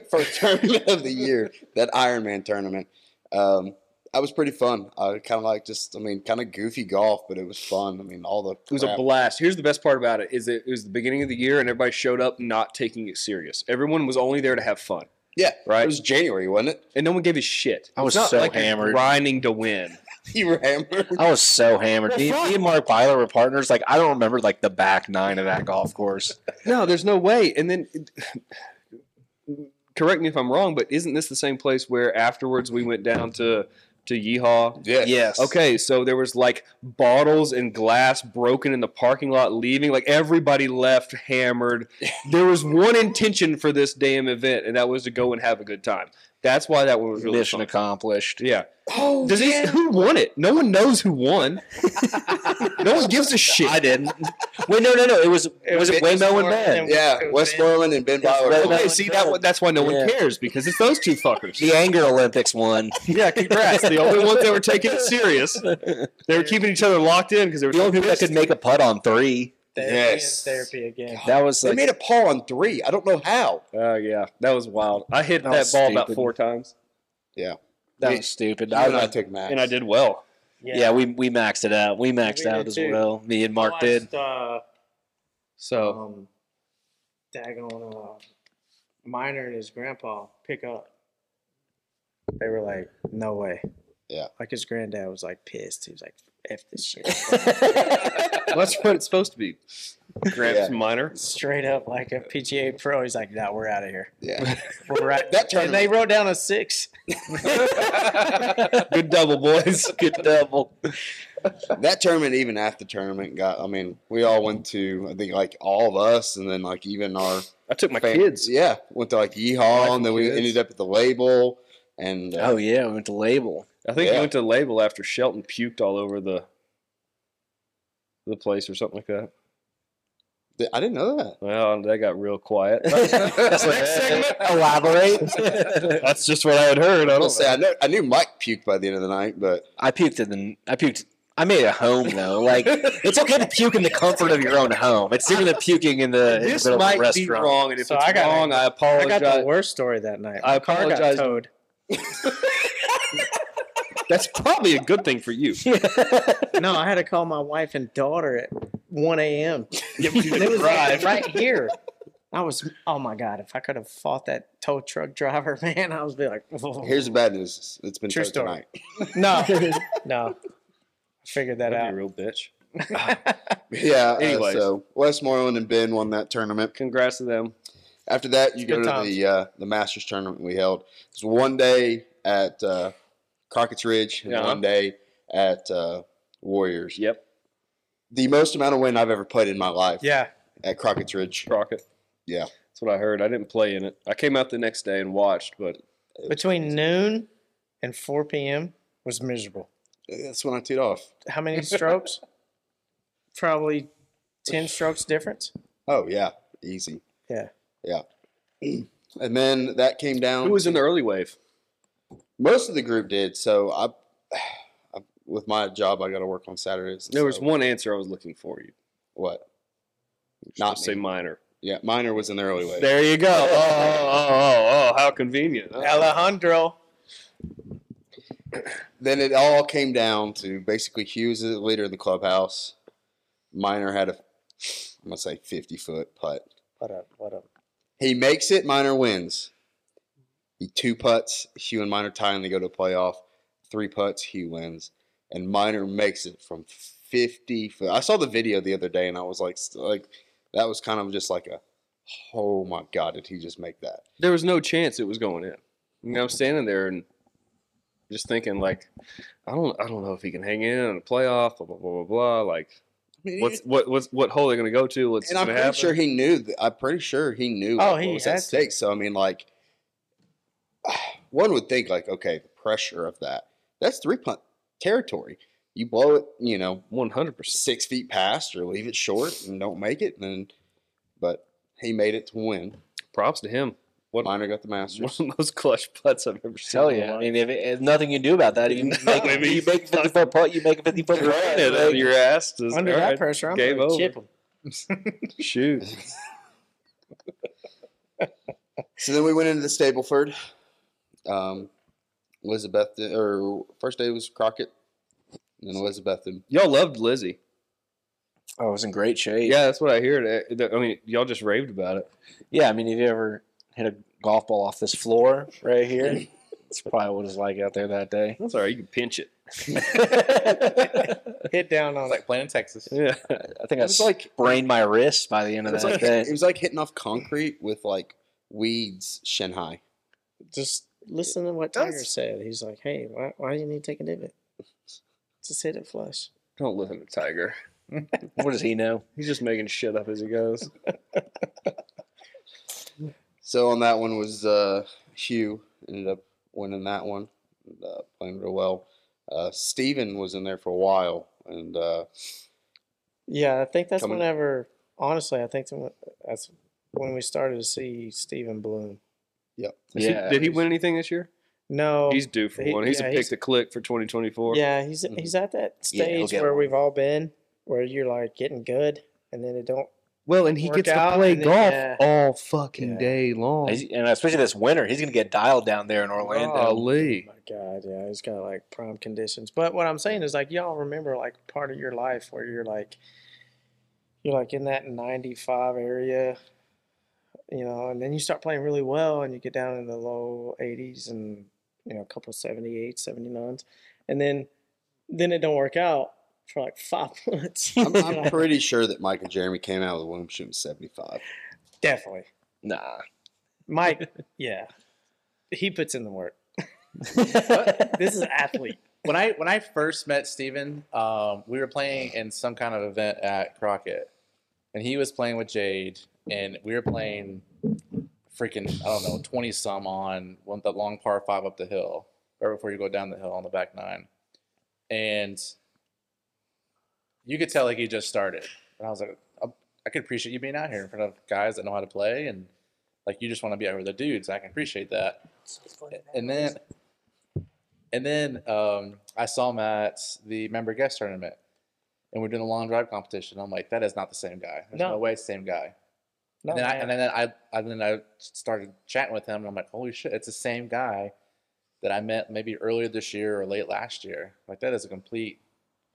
first tournament of the year, that Iron Man tournament, um, that was pretty fun. I kind of like just, I mean, kind of goofy golf, but it was fun. I mean, all the
It was a
crap-
blast. Here's the best part about it: is it, it was the beginning of the year, and everybody showed up not taking it serious. Everyone was only there to have fun,
yeah,
right?
It was January, wasn't it?
and no one gave a shit.
I
It's
was
not
so
like you're
hammered.
grinding to win.
You were hammered.
I was so hammered. Me, me and Mark Byler were partners. Like I don't remember like the back nine of that golf course.
No, there's no way. And then, correct me if I'm wrong, but isn't this the same place where afterwards we went down to to Yeehaw?
Yes.
Yes.
Okay, so there was like bottles and glass broken in the parking lot, leaving. Like everybody left hammered. There was one intention for this damn event, and that was to go and have a good time. That's why that one was really
Mission
fun.
accomplished.
Yeah. Oh, Does he, who won it? No one knows who won. no one gives a shit. I didn't.
Wait, no, no, no. It was was it
was
Waymo and
more-
Ben?
and-
Yeah, Westmoreland and Ben Bauer.
Wes-
Okay, see that one- that's why no
Yeah.
one cares because it's those two fuckers.
The Anger Olympics one.
Yeah, congrats. the only ones that were taking it serious. They were keeping each other locked in because they were
The only people that
pissed.
could make a putt on three.
Therapy
Yes.
is therapy again.
That was
They
like
made a par on three. I don't know how.
Oh yeah, that was wild. I hit that,
That was
ball about
stupid.
four times,
that was stupid.
I
I,
would not
was-
take Max.
and I did well.
yeah. we we maxed it out. We maxed
We
out
did
as
too.
well. Me and
I
Mark did.
watched, Uh,
So
um, daggone uh, Miner and his grandpa pick up. They were like, "No way."
Yeah.
Like his granddad was like pissed. He was like, "F this shit."
well, that's what it's supposed to be. Gramps minor.
Straight up like a PGA pro. He's like, "No, we're out of here.
Yeah.
We're out."
That
and they
tournament.
wrote down a six.
Good double, boys.
Good double.
that tournament, even after tournament, got. I mean, we all went to. I think like all of us, and then like even our
I took my
fam-
kids.
Yeah, went to like Yeehaw, and then we
kids.
ended up at the label. And uh,
Oh yeah, we went to label.
I think
Yeah.
I went to the label after Shelton puked all over the the place or something like that.
th- I didn't know that.
Well, that got real quiet.
Elaborate.
That's just what I had heard.
I
I don't
don't say
know.
I, know, I knew Mike puked by the end of the night, but
I puked in the. I puked. I made it home though. Like it's okay to puke in the comfort of your own home. It's different than pupuking in the, in the
This
middle of a
might be
restaurant.
wrong, and if
So
it's
I got-
wrong,
I
I apologize.
got the worst story that night.
I
My car got
apologize.
towed.
That's probably a good thing for you.
No, I had to call my wife and daughter at 1 a.m. And it was like right here. I was, oh my God, if I could have fought that tow truck driver, man, I was be like,
Oh.
here's the bad news. It's been
True
towed
story.
tonight.
no, no. I figured that
That'd be a
out.
real bitch.
Yeah. uh,
Anyways.
so Westmoreland and Ben won that tournament.
Congrats to them.
After that, you
Good
go to
times.
the uh, the Masters tournament we held. It's one day at uh, Crockett's Ridge and
Yeah.
one day at uh, Warriors.
Yep,
The most amount of win I've ever played in my life
Yeah.
at Crockett's Ridge.
Crockett.
Yeah.
That's what I heard. I didn't play in it. I came out the next day and watched, but
Between noon and 4 p.m. was miserable.
That's when I teed off.
How many strokes? Probably 10 strokes difference.
Oh yeah, easy.
Yeah.
Yeah. And then that came down.
who was in the early wave?
most of the group did. So I, I with my job, I got to work on Saturdays.
There was
so-
one answer I was looking for. You
what?
not
Not
say
me.
minor.
Yeah, minor was in the early way.
There you go. Oh, oh, oh, oh, how convenient.
Alejandro.
then it all came down to basically Hughes is the leader of the clubhouse. Minor had a, I'm gonna say 50 foot putt.
What up? What up?
He makes it. Minor wins. He two putts. Hugh and Minor tie, and they go to playoff. Three putts. Hugh wins, and Minor makes it from 50 foot. I saw the video the other day, and I was like, like that was kind of just like a, oh my god, did he just make that?
there was no chance it was going in. You know, I'm standing there and just thinking like, I don't, I don't know if he can hang in on a playoff. Blah blah blah blah blah. Like,
I mean,
what's what what's what hole they're gonna go to? What's
and I'm
gonna
pretty
happen?
sure he knew. That, I'm pretty sure he knew.
Oh,
like,
he
what was at
had to.
stake. So I mean, like, one would think like, okay, the pressure of that. That's three punt territory. You blow it, you know,
One hundred percent.
six feet past or leave it short and don't make it. And but he made it to win.
Props to him. What
Minor got the
one
Masters.
of the most clutch putts I've ever seen.
Tell you, I mean, if, if nothing you can do about that, you make,
I mean,
you make a fifty foot putt, you make a fifty foot
Right
putt.
up your ass. Just,
Under
all
that
right,
pressure, I'm
game
going to
over.
chip him.
Shoot.
So then we went into Stableford. Um, Elizabeth or first day was Crockett, and then Elizabethan.
Y'all loved Lizzie.
Oh, it was in great shape.
Yeah, that's what I hear. I mean, y'all just raved about it.
Yeah, I mean, if you ever hit a golf ball off this floor right here, it's probably what it's like out there that day.
That's all right. You can pinch it.
Hit down on
It's like playing in Texas.
Yeah.
I think I
was like-
sprained my wrist by the end
It
of
was,
that
like,
day.
it was like hitting off concrete with like weeds shin high.
just listen to what
does.
Tiger said. He's like, hey, why, why do you need to take a divot? Just hit it flush.
Don't listen to Tiger.
What does he know?
He's just making shit up as he goes.
So on that one was uh, Hugh ended up winning that one, uh, playing real well. Uh, Steven was in there for a while, and uh,
Yeah, I think that's
Coming-
whenever, honestly, I think that's when we started to see Stephen Bloom.
Yeah.
did he win anything this year?
No.
He's due for
he-
one. He's
yeah,
a
he's-
pick to click for 2024.
Yeah, he's
Mhm.
he's at that
Yeah, he'll
stage
get
where
one.
we've all been, where you're like getting good, and then it don't.
Well, and
he Work gets to out play and then- golf yeah.
all fucking
Yeah.
day
Oh.
long.
He's- And especially this winter, he's going to get dialed down there in
Oh.
Orlando.
Golly.
My God, yeah, he's got like prime conditions. But what I'm saying is like y'all remember like part of your life where you're like, you're like in that 95 area, you know, and then you start playing really well, and you get down in the low 80s and you know a couple 78, 79s, and then then it don't work out for like five months.
I'm, I'm pretty sure that Mike and Jeremy came out of the womb shooting 75.
Definitely.
Nah.
Mike, yeah, he puts in the work. This is athlete.
when I when I first met Steven, um, we were playing in some kind of event at Crockett, and he was playing with Jade, and we were playing freaking I don't know twenty some on one that long par five up the hill, right before you go down the hill on the back nine, and you could tell like he just started, and I was like, I, I could appreciate you being out here in front of guys that know how to play, and like you just want to be out with the dudes. I can appreciate that and then and then um, I saw him at the member guest tournament, and we're doing a long drive competition. I'm like, that is not the same guy. There's no,
No.
way, it's the same guy.
No,
and then I,
man.
and then I and then I started chatting with him, and I'm like, holy shit, it's the same guy that I met maybe earlier this year or late last year. Like that is a complete.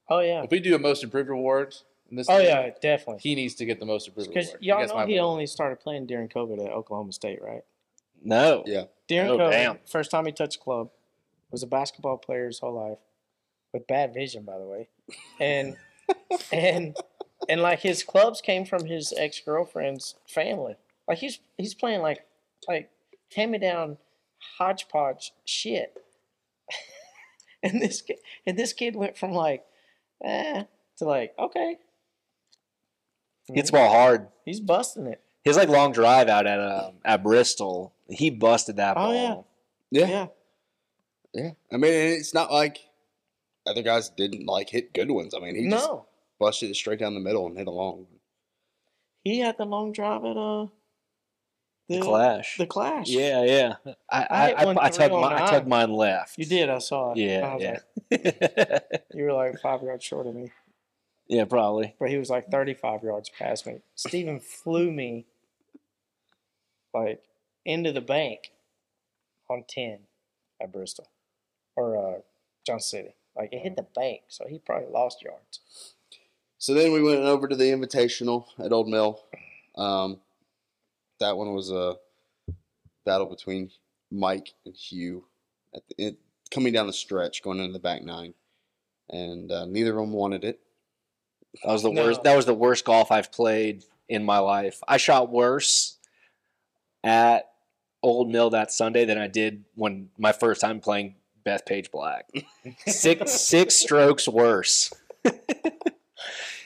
oh yeah,
If we do a most improved award, in this
oh
league,
yeah, definitely.
he needs to get the most improved award.
Because y'all
That's
know
my
he
vote.
only started playing during COVID at Oklahoma State, right?
No.
Yeah.
During
Oh,
COVID,
damn.
first time he touched club, was a basketball player his whole life, with bad vision, by the way, and and and like his clubs came from his ex girlfriend's family. Like he's he's playing like like hand me down hodgepodge shit. and this kid, and this kid went from like eh to like okay,
He hits the ball hard.
he's busting it.
His like long drive out at um, at Bristol, he busted that
Oh,
ball.
yeah.
Yeah.
yeah.
Yeah. I mean, and it's not like other guys didn't like hit good ones. I mean, he just
no,
busted it straight down the middle and hit a long one.
he had the long drive at uh
The clash.
The Clash.
Yeah, yeah. I
I
I,
hit
I,
one
I, tugged,
three on
my, I
nine.
tugged mine left.
you did. I saw it.
Yeah,
I was
yeah.
like, you were like five yards short of me,
yeah, probably.
but he was like thirty-five yards past me. Steven flew me like into the bank on ten at Bristol or uh, John City. Like it hit the bank, so he probably lost yards.
So then we went over to the Invitational at Old Mill. Um, that one was a battle between Mike and Hugh at the, it, coming down the stretch, going into the back nine, and uh, neither of them wanted it.
That was the
No.
worst. That was the worst golf I've played in my life. I shot worse at Old Mill that Sunday than I did when my first time playing Beth Page Black. six six strokes worse.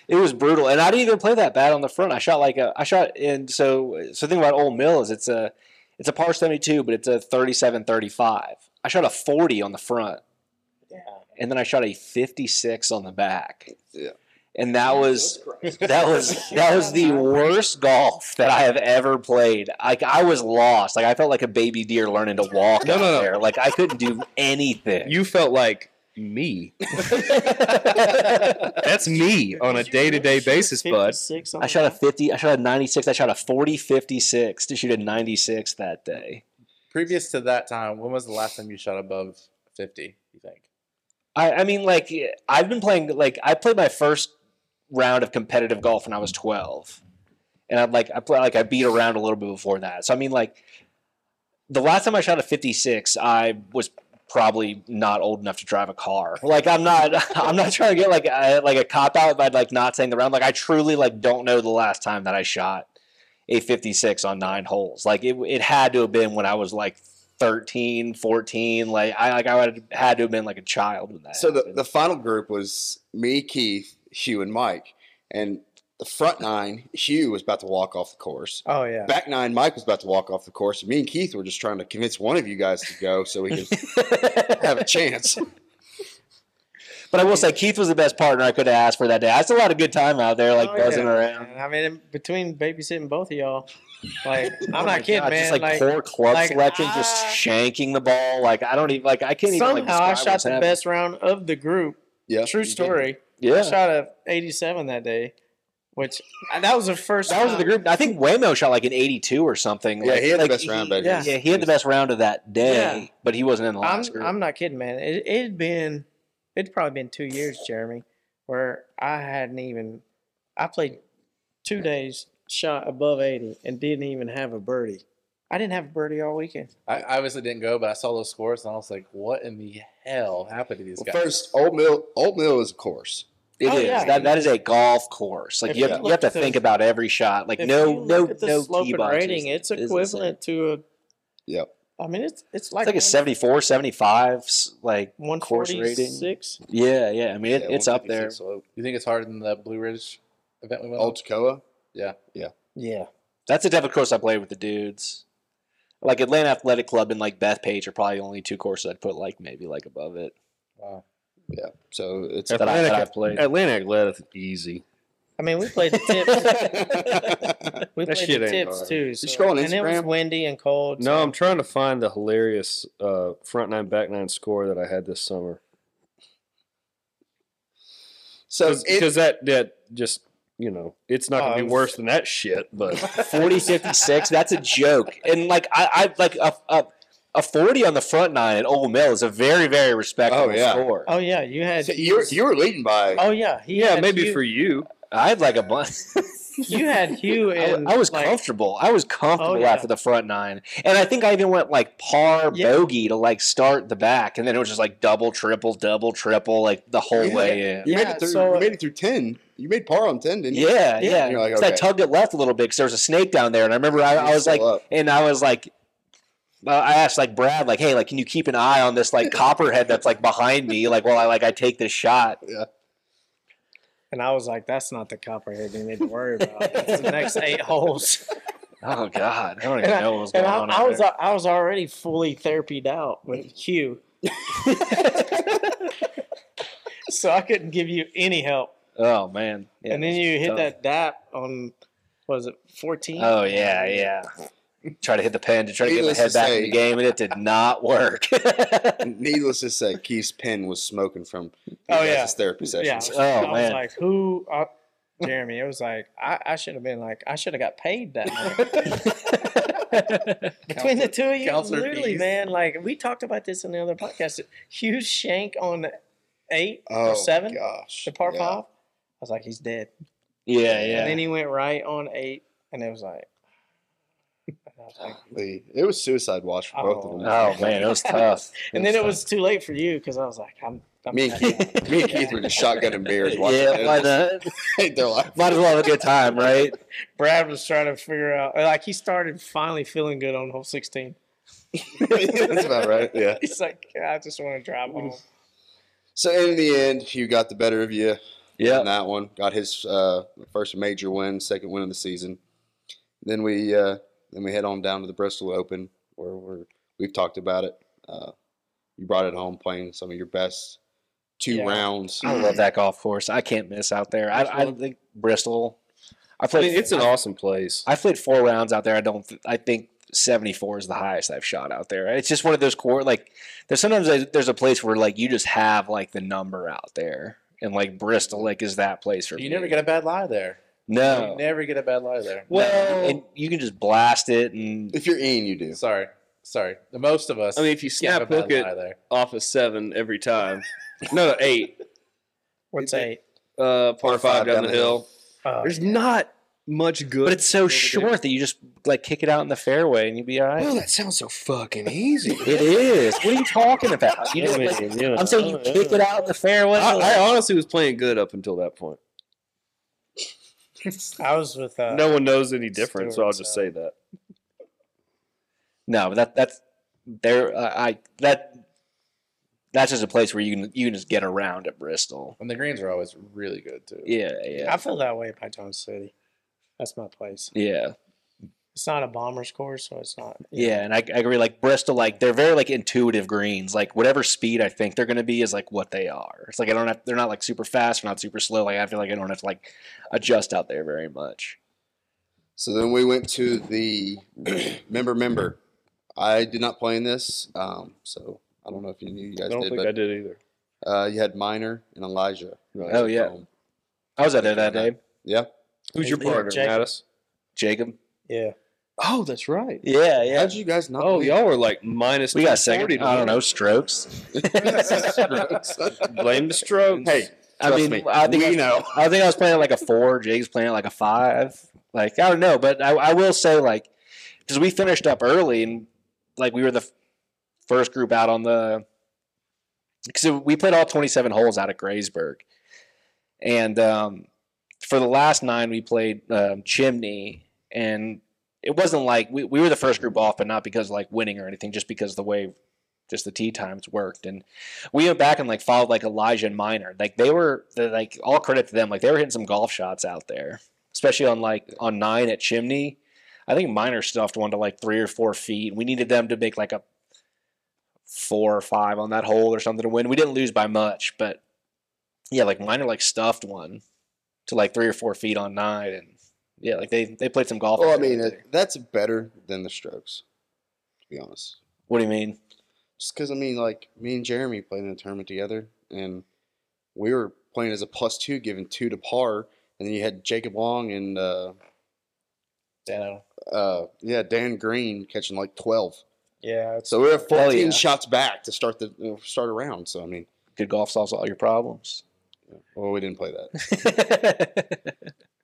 it was brutal, and I didn't even play that bad on the front. I shot like a I shot, and so so the thing about Old Mill is it's a it's a par seventy two, but it's a 37-35. I shot a forty on the front,
Yeah,
and then I shot a fifty six on the back.
Yeah.
And that was that was that was the worst golf that I have ever played. Like I was lost. Like I felt like a baby deer learning to walk out
no, no.
there. Like I couldn't do anything.
You felt like me. That's me on a day to day basis, bud.
Six.
I shot a 50, I shot a 96, I shot a 40 56 to shoot a 96 that day.
Previous to that time, when was the last time you shot above fifty? You think?
I, I mean, like, I've been playing, like, I played my first round of competitive golf when I was 12. And I'd like, I play, like, I beat around a little bit before that. So, I mean, like, the last time I shot a 56, I was probably not old enough to drive a car. Like, I'm not, I'm not trying to get, like, a, like a cop out by, like, not saying the round. Like, I truly, like, don't know the last time that I shot a 56 on nine holes. Like, it, it had to have been when I was, like, 13, 14. Like I like I would have had to have been like a child when that.
So the,
happened.
the final group was me, Keith, Hugh, and Mike. And the front nine, Hugh was about to walk off the course.
Oh yeah.
Back nine, Mike was about to walk off the course. Me and Keith were just trying to convince one of you guys to go so we could have a chance.
but I will say Keith was the best partner I could have asked for that day. I still had a good time out there, like
Oh,
buzzing
yeah,
around.
man. I mean, in between babysitting both of y'all, like
Oh
I'm
my
not kidding,
God,
man.
Just like,
like
poor club
like,
selection, just
I-
shanking the ball. Like I don't even like I can't even. like,
somehow I
describe
shot
what's
the
happening.
best round of the group.
Yeah.
True story. I
Yeah,
shot a 87 that day, which and that was the first.
that was
time-
the group. I think Waymo shot like an 82 or something.
Yeah,
like,
he had
like,
the best round back
yeah.
Yeah, he had the best round of that day,
Yeah.
but he wasn't in the
I'm,
last group.
I'm not kidding, man. It it had been it'd probably been two years, Jeremy, where I hadn't even I played two days, shot above 80, and didn't even have a birdie. I didn't have a birdie all weekend.
I I obviously didn't go, but I saw those scores and I was like, "What in the hell happened to these
Well,
guys?"
first, Old Mill, Old Mill is a course.
It is
Oh, yeah.
that that is a golf course. Like
If
you
you
have, you
look
have to
at the-
think about every shot. Like
If
no
you
no
look at the
no
slope
tee
and
boxes.
rating, it's
It is
equivalent to a.
Yep.
I mean, it's it's
insane.
like,
It's like a 74, 75 s- like
one
course rating.
forty-six.
Yeah, yeah. I mean it,
Yeah,
it's up there.
156 slope.
you think it's harder than the Blue Ridge event we went?
Old Tacoma.
Yeah,
That's the type of course I played with the dudes. Like Atlanta Athletic Club and like Bethpage are probably the only two courses I'd put like maybe like above it
on? Wow.
Yeah. So it's
that, I, that
Atlantic-
I've played.
Atlantic Atlantic easy.
I mean, we played the tips. we
That
played
shit
the
ain't
tips
hard.
too. So,
scroll on
and it
Instagram?
was windy and cold.
No,
so-
I'm trying to find the hilarious uh, front nine, back nine score that I had this summer.
so it,
Because that that just you know it's not
Oh,
gonna
it
be
was-
worse than that shit. But
40 56 that's a joke and like i, I like a, a, a 40 on the front nine at Ole Mill is a very very respectable
Oh, yeah.
score
Oh yeah, you had.
so you were you were leading by.
oh yeah, he
yeah,
had
maybe
you,
for you.
i had like a bunch
you had Hugh
I,
and
I was
like,
comfortable i was comfortable
Oh, yeah.
after the front nine and i think i even went like par
Yeah.
bogey to like start the back and then it was just like double triple double triple like the whole
Yeah.
way in
You made
Yeah,
it through.
so-
you made it through ten. You made par on ten, didn't you?
yeah, yeah.
You're like,
So I
okay.
tugged it left a little bit because there was a snake down there, and I remember I, I was like,
Still up.
and I was like, well, I asked like Brad, like, hey, like, can you keep an eye on this like copperhead that's like behind me, like while I like I take this shot.
and I was like, that's not the copperhead you need to worry about. It's the next eight holes.
Oh God, I don't
And
even
I-
know what was
And
going
I,
on.
I
out
was
there.
I was already fully therapied out with Hugh, so I couldn't give you any help.
oh man, Yeah,
and then
it was
you hit
tough.
that dap on what was it 14?
Oh yeah, yeah. Try to hit the pen to try to get my
Needless
head
to
back
say-
in the game, and it did not work.
Needless to say, Keith's pen was smoking from your
Oh,
guys'
yeah.
therapy
Yeah.
sessions.
Oh,
I was
man.
like, who? I, Jeremy, it was like, I, I should have been like, I should have got paid that night. Between the two of you,
Counselor
literally,
fees.
man, like, we talked about this in the other podcast. Huge shank on eight
Oh,
or seven,
Gosh.
the par
Yeah.
five. I was like, he's dead.
yeah,
And then
yeah.
he went right on eight, and it was like, and I was like,
Golly, It was suicide watch for both of
Oh.
them.
Oh man, it was tough.
and then it was too late for you because I was like, I'm, I'm
Me and Keith, me and Keith were just shotgun and beers watching.
yeah, why
it.
not?
They're like,
Might as well have a good time, right?
Brad was trying to figure out, like, he started finally feeling good on hole 16.
that's about right. Yeah.
He's like, "God, I just want to drive home.
So in the end, Hugh got the better of you
Yeah.
on that one. Got his uh, first major win, second win of the season. Then we uh, then we head on down to the Bristol Open, where we're we've talked about it. Uh, you brought it home playing some of your best two
Yeah.
rounds.
I
Mm.
love that golf course. I can't miss out there. I, I think Bristol. I
I
played.
mean, it's an awesome place.
I played four rounds out there. I don't. th- I think seventy four is the highest I've shot out there. It's just one of those core. Like there's sometimes there's- there's a place where like you just have like the number out there, and like Bristol like is that place for
You
me.
never get a bad lie there. You
no.
never get a bad lie there.
Well, and you can just blast it, and
If you're Ian, you do.
Sorry, sorry. The most of us.
I mean, if you
get a
snap
bad
hook it
lie there.
off of seven every time, no, no eight,
What's eight?
uh, par
Par
five down, the hill.
Uh,
There's not much good.
but it's so short that you just like kick it out in the fairway, and you'll be all right.
Oh, that sounds so fucking easy.
It is. What are you talking about? You
I
just,
mean,
like,
you know.
I'm saying you kick it out in the fairway.
Oh, I, I honestly was playing good up until that point.
I was with uh,
No one knows any different, so I'll
Stewart's
just
out.
say that.
No, but that that's there, uh, I that that's just a place where you can you can just get around at Bristol.
And the greens are always really good too.
Yeah, yeah,
I feel that way by Jones City. That's my place.
yeah,
It's not a bomber's course, so it's not. you
yeah. And I, I agree. Like Bristol, like they're very like intuitive greens. Like whatever speed I think they're going to be is like what they are. It's like I don't have. They're not like super fast. They're not super slow. Like I feel like I don't have to like adjust out there very much.
So then we went to the member member. I did not play in this, um, so I don't know if you knew you
I
guys
don't
did,
think I
but
did either.
Uh, you had Minor and Elijah.
Oh yeah,
Um,
I was out there that day.
yeah.
Who's your
Yeah,
partner,
Jacob.
Mattis?
Jacob.
know?
Oh, that's right.
Yeah, yeah.
How'd you guys not?
Oh,
win?
y'all were like minus
We got
240
second.
to
I don't
win.
know strokes.
Strokes.
Blame the strokes.
hey,
I
Trust
mean,
me,
I think
we
I,
know.
I think I was playing like a four. Jake's playing like a five. Like I don't know, but I, I will say like because we finished up early and like we were the f- first group out on the because we played all twenty seven holes out at Graysburg, and um, for the last nine we played um, Chimney, and it wasn't like we, we were the first group off, but not because like winning or anything, just because the way just the tee times worked and we went back and like followed like Elijah and Minor. Like they were they're, like all credit to them. Like they were hitting some golf shots out there, especially on like on nine at Chimney. I think Minor stuffed one to like three or four feet. We needed them to make like a four or five on that hole or something to win. We didn't lose by much, but yeah, like Minor like stuffed one to like three or four feet on nine, and yeah, like they they played some golf.
Well, I
out there
mean,
that day.
it, that's better than the Strokes, to be honest.
what do you mean?
Just because I mean, like me and Jeremy played in a tournament together, and we were playing as a plus two, giving two to par, and then you had Jacob Long and uh,
Dano.
uh, yeah Dan Green catching like twelve.
Yeah.
So we were
Hell
fourteen
yeah.
shots back to start the uh, start a round. So I mean,
Good golf solves all your problems.
well, we didn't play that.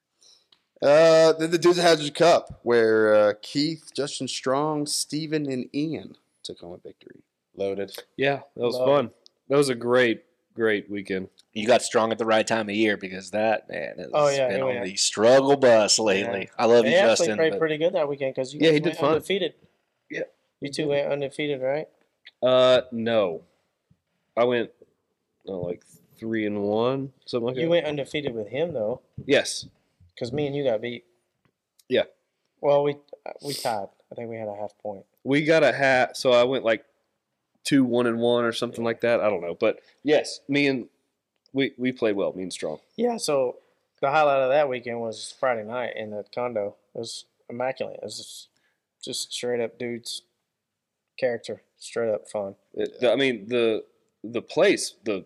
Uh, then the Dudes of Hazard Cup, where uh, Keith, Justin Strong, Steven, and Ian took home a victory.
Loaded.
Yeah, that was
Love
fun. That was a great, great weekend.
you got strong at the right time of year because that man has
Oh, yeah,
been
oh,
on
yeah.
the struggle bus lately. I love
They
you,
actually
Justin.
played
but-
pretty good that weekend because you
Yeah,
guys
he did
went
fine.
undefeated.
Yeah.
You two went undefeated, right?
Uh, no, I went uh, like three and one, something like
You
that.
went undefeated with him though,
yes,
because me and you got beat.
Yeah.
Well, we we tied. I think we had a half point.
we got a hat, so I went like two one and one or something like that. I don't know, but yes, me and we we played well. Me and Strong.
Yeah. So the highlight of that weekend was Friday night in the condo. It was immaculate. It was just, just straight up dudes, character, straight up fun.
It- I mean the the place the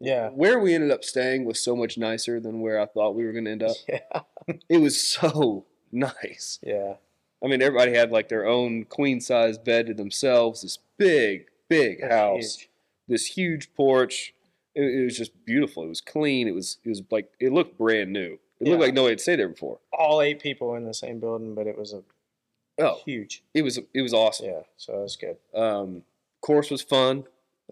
Yeah.
where we ended up staying was so much nicer than where I thought we were going to end up.
Yeah.
It was so nice.
Yeah.
I mean, everybody had like their own queen size bed to themselves. This big, big house, this huge porch. It, it was just beautiful. It was clean. It was it was like it looked brand new. It
Yeah.
looked like nobody had stayed there before.
All eight people in the same building, but it was a
Oh,
huge.
it was it was awesome.
Yeah. So it was good.
Um, course was fun.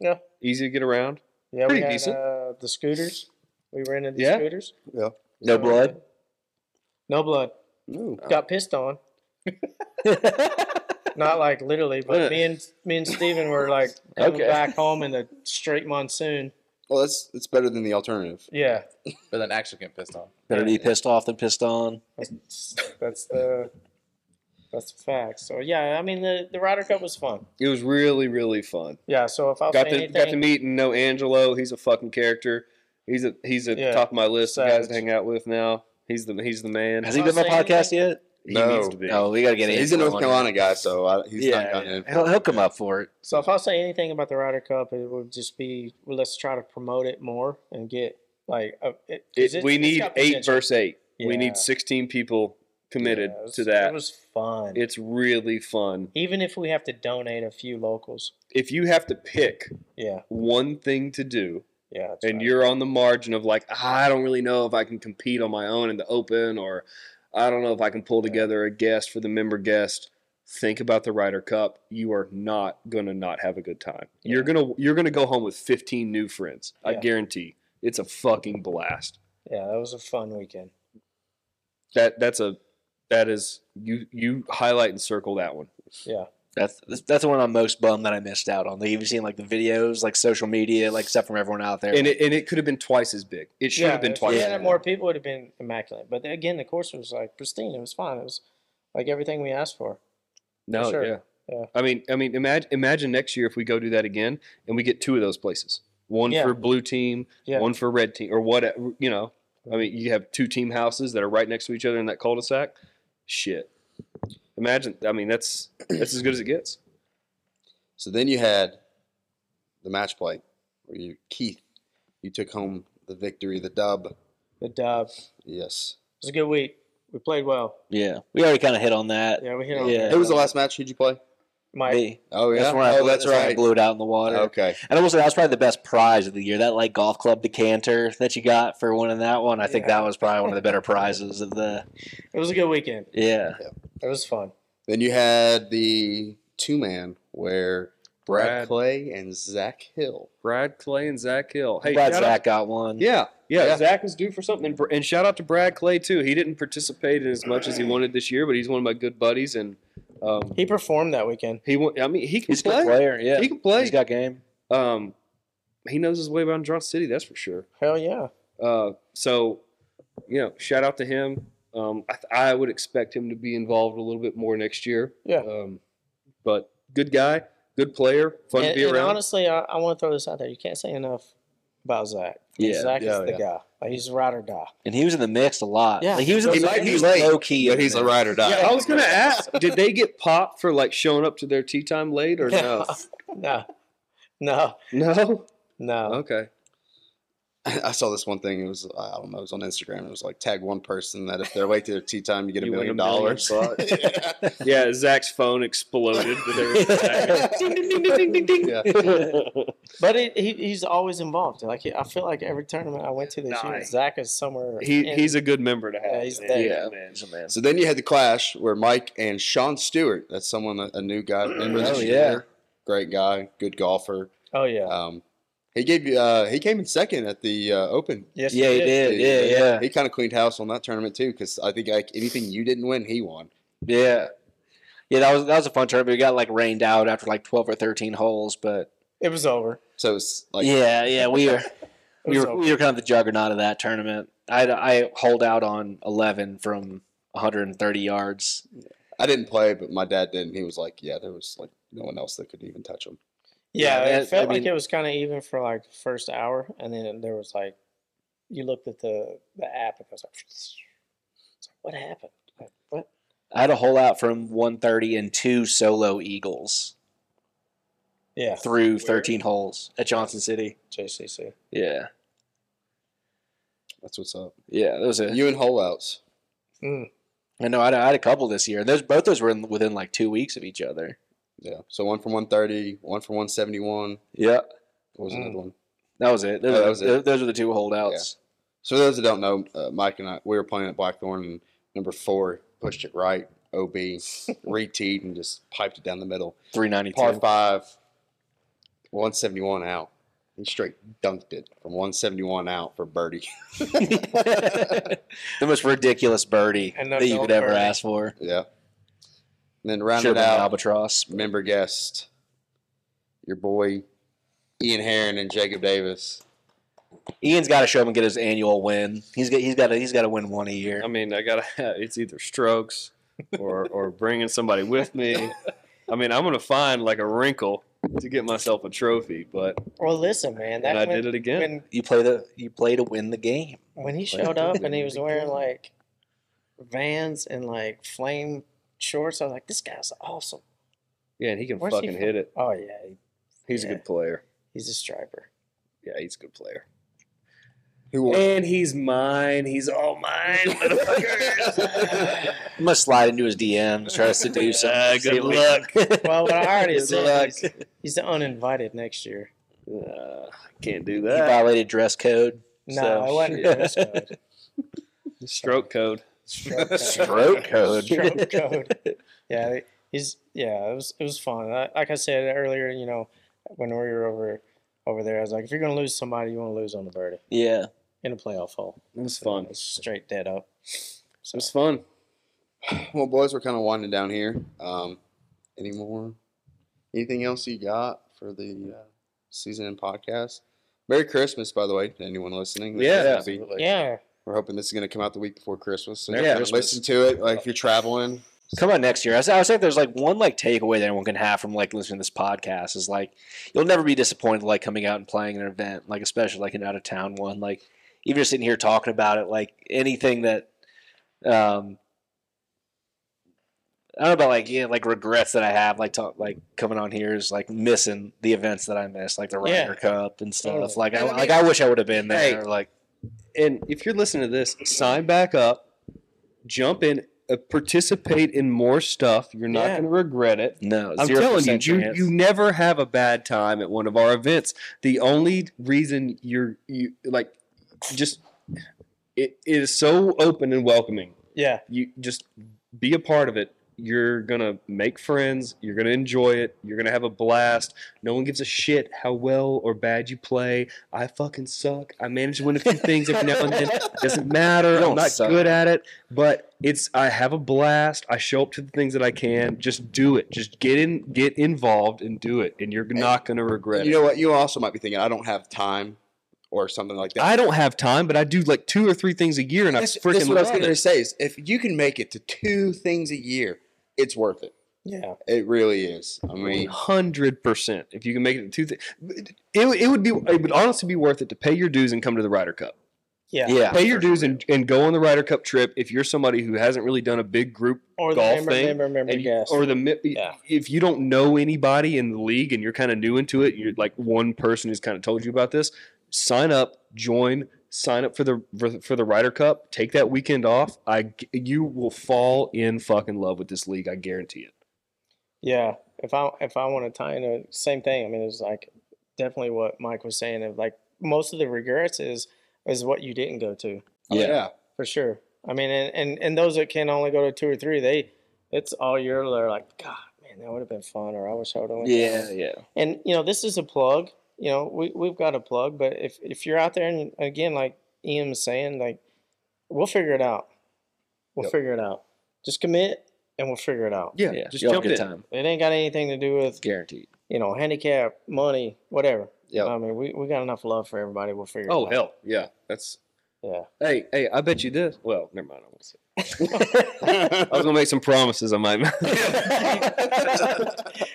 Yeah.
easy to get around.
Yeah,
Pretty
we had
decent.
Uh, the scooters. We rented the
Yeah.
scooters.
no
So-
blood.
No blood.
No.
Got pissed on. Not like literally, but me and me and Steven were like coming
Okay.
back home in a straight monsoon.
Well, that's it's better than the alternative.
Yeah,
But then actually getting pissed on.
Better to be pissed off than pissed on.
that's, that's the that's the fact. So yeah, I mean the the Ryder Cup was fun.
It was really really fun.
Yeah, so if I
got
say
to
anything,
got to meet and know Angelo. He's a fucking character. He's a he's at
Yeah.
the top of my list of guys to
Savage.
hang out with now. He's the he's the man.
Has he
I'll
been on the
say
podcast yet?
He
No.
needs to be.
No, we gotta get him.
He's a North
on.
Carolina guy, so I, he's not
yeah,
gotten
yeah.
in.
He'll, he'll come up for it.
so if I say anything about the Ryder Cup, it would just be well, let's try to promote it more and get like a, it, 'cause
It,
it's-
we
it's
need
got
eight
potential.
versus eight. We
Yeah.
need 16 people committed
Yeah, it was-
to that.
It was fun.
it's really fun.
Even if we have to donate a few locals.
If you have to pick
Yeah,
one thing to do
yeah. that's
and
right.
you're on the margin of like, I don't really know if I can compete on my own in the open or I don't know if I can pull together a guest for the member guest, think about the Ryder Cup. You are not going to not have a good time. You're going to you're going to go home with 15 new friends. I
Yeah.
guarantee. It's a fucking blast.
yeah, that was a fun weekend.
That that's a that is you you highlight and circle that one.
Yeah,
That's that's- that's the one I'm most bummed that I missed out on. Like, you've seen like the videos, like social media, like stuff from everyone out there.
And it and it could have been twice as big. It should have been
if we
twice.
had
as
had
big.
more people would have been immaculate. But then again, the course was like pristine. It was fine. It was like everything we asked for.
No,
sure.
yeah.
Yeah.
I mean, I mean, imagine imagine next year if we go do that again and we get two of those places, one
Yeah.
for blue team,
Yeah.
one for red team, or what? You know, I mean, you have two team houses that are right next to each other in that cul-de-sac. Shit, imagine. I mean, that's that's as good as it gets.
So then you had the match play where you Keith, you took home the victory, the dub.
The dub. It
Yes.
was a good week. We played well.
yeah, we already kind of hit on that.
Yeah, we hit on
Yeah.
Who was the last match? Who'd you play?
Mike.
Me.
Oh yeah.
That's when I,
oh, that's,
when I
right.
blew it out in the water.
Okay.
And I will say that was probably the best prize of the year. That like golf club decanter that you got for winning that one. I think
Yeah.
that was probably one of the better prizes of the
It was a good weekend.
yeah.
It was fun.
Then you had the two man where Brad,
Brad.
Clay and Zach Hill.
Brad Clay and Zach Hill. Hey,
I'm glad
shout out-
Zach got one.
Yeah, yeah,
Yeah.
Zach was due for something. And, Br- and shout out to Brad Clay too. He didn't participate in as much as he wanted this year, but he's one of my good buddies, and um,
He performed that weekend.
he. wa- I mean, he can
he's a
play.
good player. Yeah,
He can play.
He's got game.
um, he knows his way around Drone City, that's for sure.
Hell yeah.
Uh, so, you know, shout out to him. Um, I, th- I would expect him to be involved a little bit more next year.
Yeah.
Um, but good guy, good player, fun
and,
to be
and
around.
honestly, I, I want to throw this out there. You can't say enough about Zach.
Yeah,
Zach
yeah,
is the
yeah.
guy. Like, he's ride or die.
And he was in the mix a lot.
Yeah.
Like, he was in
He
the
might
he
be
was
late,
low key.
But
in
he's
the
a
mix.
ride or die.
yeah, I was gonna ask, did they get popped for like showing up to their tea time late or no?
no, no,
No.
no.
Okay.
I saw this one thing. It was I don't know. It was on Instagram. It was like tag one person that if they're late to their tea time, you get a
You win a
million
million
dollars.
bucks.
Yeah.
Yeah, Zach's phone exploded. But there was
ding, ding, ding, ding, ding, ding, ding.
Yeah.
But it, he, he's always involved. Like I feel like every tournament I went to this year,
Nice.
Zach is somewhere.
He,
in-
he's a good member to have.
Yeah, he's
man.
there.
Yeah, man.
He's a man.
So then you had the clash where Mike and Sean Stewart. That's someone that- a new guy. Member this
Oh,
year.
yeah.
Great guy, good golfer.
oh yeah,
Um, he gave you. Uh, he came in second at the uh, Open.
yes,
Yeah, he did. Yeah, yeah,
He kind of cleaned house on that tournament too, because I think like anything you didn't win, he won.
yeah, yeah. That was that was a fun tournament. We got like rained out after like twelve or thirteen holes, but
It was over.
So it's like
yeah, yeah, we were
It
we
was
were
over.
we were kind of the juggernaut of that tournament. I I hold out on eleven from 130 yards.
I didn't play, but my dad did, and he was like, "Yeah, there was like no one else that could even touch him."
Yeah,
Yeah,
it
that-
felt
I mean-
like it was kind of even for like the first hour, and then there was like, you looked at the the app and it was like, it's like what happened? Like, what?
I had a hole out from 130 and two solo eagles
Yeah,
through 13 holes at Johnson City.
JCC.
Yeah,
That's what's up.
yeah, that was a
You and holeouts.
Mm.
I know I had, I had a couple this year. Those both those were in, within like two weeks of each other.
Yeah. So one from 130, one from 171.
Yeah,
What was
Mm.
another one?
that was it. Those,
Oh, that
were-
was it.
tho- those were the two holdouts.
So those that don't know, uh, Mike and I, we were playing at Blackthorn, and number four pushed it right, OB, reteed, and just piped it down the middle.
Three ninety
Par
two.
five, 171 out. He straight dunked it from 171 out for birdie.
the most ridiculous birdie
An
that you
adult
could ever
birdie.
ask for.
yeah. And then
Should have
rounded
been an
out.
albatross.
member guest, your boy Ian Heron and Jacob Davis.
Ian's got to show up and get his annual win. He's got he's got to he's got to win one a year.
I mean, I gotta. It's either strokes or or bringing somebody with me. I mean, I'm gonna find like a wrinkle to get myself a trophy, but
Well, listen, man, that
and I
when,
did it again.
when
You play the you play to win the game.
when he
Like,
showed up and he
dude,
was wearing like Vans and like flame shorts, I was like, this guy's awesome.
yeah, and he can
Where's he
fucking
from?
hit it.
Oh yeah, he-
He's
Yeah.
a good player.
he's a striper.
Yeah, he's a good player.
Who won?
And he's mine. He's all mine, motherfuckers.
I'm gonna slide into his DMs, try to seduce him.
Ah,
see
good
if we can-
Well, what I already
Good
said,
luck.
he's, he's the uninvited next year.
uh, can't do
He
that.
violated dress code.
No,
So-
I wasn't. dress code.
Stroke code.
Stroke code.
Stroke code.
Stroke code. Yeah, he's yeah. It was it was fun. I, like I said earlier, you know, when we were over over there, I was like, if you're gonna lose somebody, you want to lose on the birdie
Yeah.
in a playoff hole.
It was fun. It
It's straight dead up. So
was fun.
Well, boys, we're kind of winding down here. Um, any more Anything else you got for the uh, season and podcast? Merry Christmas, by the way, to anyone listening. This is
Yeah,
gonna be-
Absolutely.
Yeah.
We're hoping this is going to come out the week before Christmas. So
Merry
yeah,
Christmas.
listen to it. Like if you're traveling,
Come on next year. I was, I was saying there's like one like takeaway that anyone can have from like listening to this podcast is like you'll never be disappointed like coming out and playing an event, like especially like an out of town one. Like even just sitting here talking about it, like anything that um I don't know about like yeah, like regrets that I have like talk, like coming on here is like missing the events that I missed, like the
Yeah.
Ryder Cup and stuff.
Totally.
Like I,
And I mean-
like I wish I would have been
Hey.
there. like
And if you're listening to this, sign back up, jump in, uh, participate in more stuff. You're not
Yeah.
going to regret it.
no,
I'm
0%
telling you, you,
chance.
you never have a bad time at one of our events. The only reason you're you like just it, it is so open and welcoming.
Yeah.
You just be a part of it. You're gonna make friends. You're gonna enjoy it. You're gonna have a blast. No one gives a shit how well or bad you play. I fucking suck. I manage to win a few things every now and then. Doesn't matter.
You don't
I'm not
suck.
good at it, but it's I have a blast. I show up to the things that I can. Just do it. Just get in, get involved, and do it. And you're not gonna regret
you
it.
know what? You also might be thinking, I don't have time or something like that.
I don't have time, but I do like two or three things a year, and
That's-
I
that's
freaking
what I was
love
going to
it.
say is if you can make it to two things a year, it's worth it.
Yeah.
It really is. I mean,
Hundred percent. If you can make it to two, thi- it, would- it would be it would honestly be worth it to pay your dues and come to the Ryder Cup.
Yeah.
yeah,
pay your dues and, and go on the Ryder Cup trip if you're somebody who hasn't really done a big group
Or the
golf
member,
thing,
member, member
and you-
guest.
or the mi-
Yeah.
if you don't know anybody in the league and you're kind of new into it, you're like one person who's kind of told you about this. Sign up, join, sign up for the for, for the Ryder Cup. Take that weekend off. I g- you will fall in fucking love with this league. I guarantee it.
Yeah, if I if I want to tie in the same thing, I mean, it's like definitely what Mike was saying of like most of the regrets is is what you didn't go to
yeah.
for sure. I mean, and and, and those that can only go to two or three, they it's all year. They're like, God, man, that would have been fun, or I wish I would have went. that
yeah,
one."
yeah.
and you know this is a plug you know we, we've got a plug but if if you're out there and again like ian was saying like we'll figure it out we'll
Yep.
figure it out just commit and we'll figure it out
Yeah,
Yeah,
just
you'll have
jump
a good
in.
time.
it ain't got anything to do with
Guaranteed.
you know handicap money whatever
Yep.
i mean we, we got enough love for everybody we'll figure
Oh
it out
hell, yeah. That's
yeah
hey hey. I bet you this. Well, never mind. I won't say. I was gonna make some promises. I might.
I,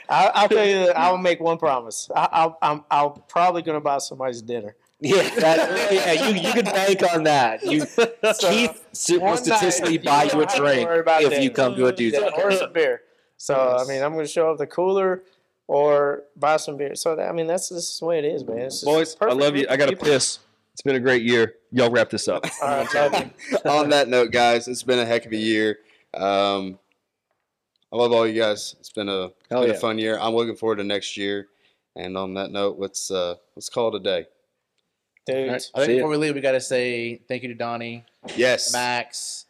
I'll tell you, that I'll make one promise. I, I'll, I'm, I'll probably gonna buy somebody's dinner.
Yeah, that, yeah, you, you can bank on that. You, Keith su- will
One night,
statistically
you
buy
don't
you a
have to
drink
worry about
if
that.
you come to a dude's.
Yeah, or some beer. So I
Yes.
mean, I'm going to show up the cooler or buy some beer. So that, I mean, that's this is the way it is, man. It's just
Boys, I
perfect
love you.
group
I
of
got to
people.
piss. It's been a great year. Y'all wrap this up.
All right, love you.
On that note, guys, it's been a heck of a year. Um, I love all you guys. It's been a, it's
Hell
been a
yeah.
fun year. I'm looking forward to next year. And on that note, let's uh, let's call it a day.
dude.
All right. I think
See ya.
before we leave, we got to say thank you to Donnie,
Yes,
Max,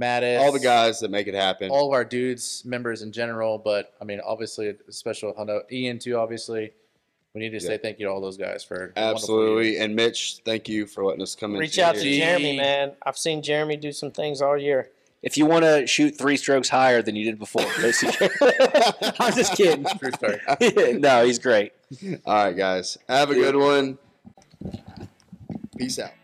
Mattis,
all the guys that make it happen.
all of our dudes, members in general. But I mean, obviously, a special hello Ian too. Obviously, we need to
Yeah.
say thank you to all those guys for a wonderful year.
Absolutely. And Mitch, thank you for letting us come in.
Reach out to
here.
Jeremy,
Gee.
man. I've seen Jeremy do some things all year.
If you want to shoot three strokes higher than you did before, go see- I'm just kidding.
True story.
no, he's great.
All right, guys. Have a good one. Peace out.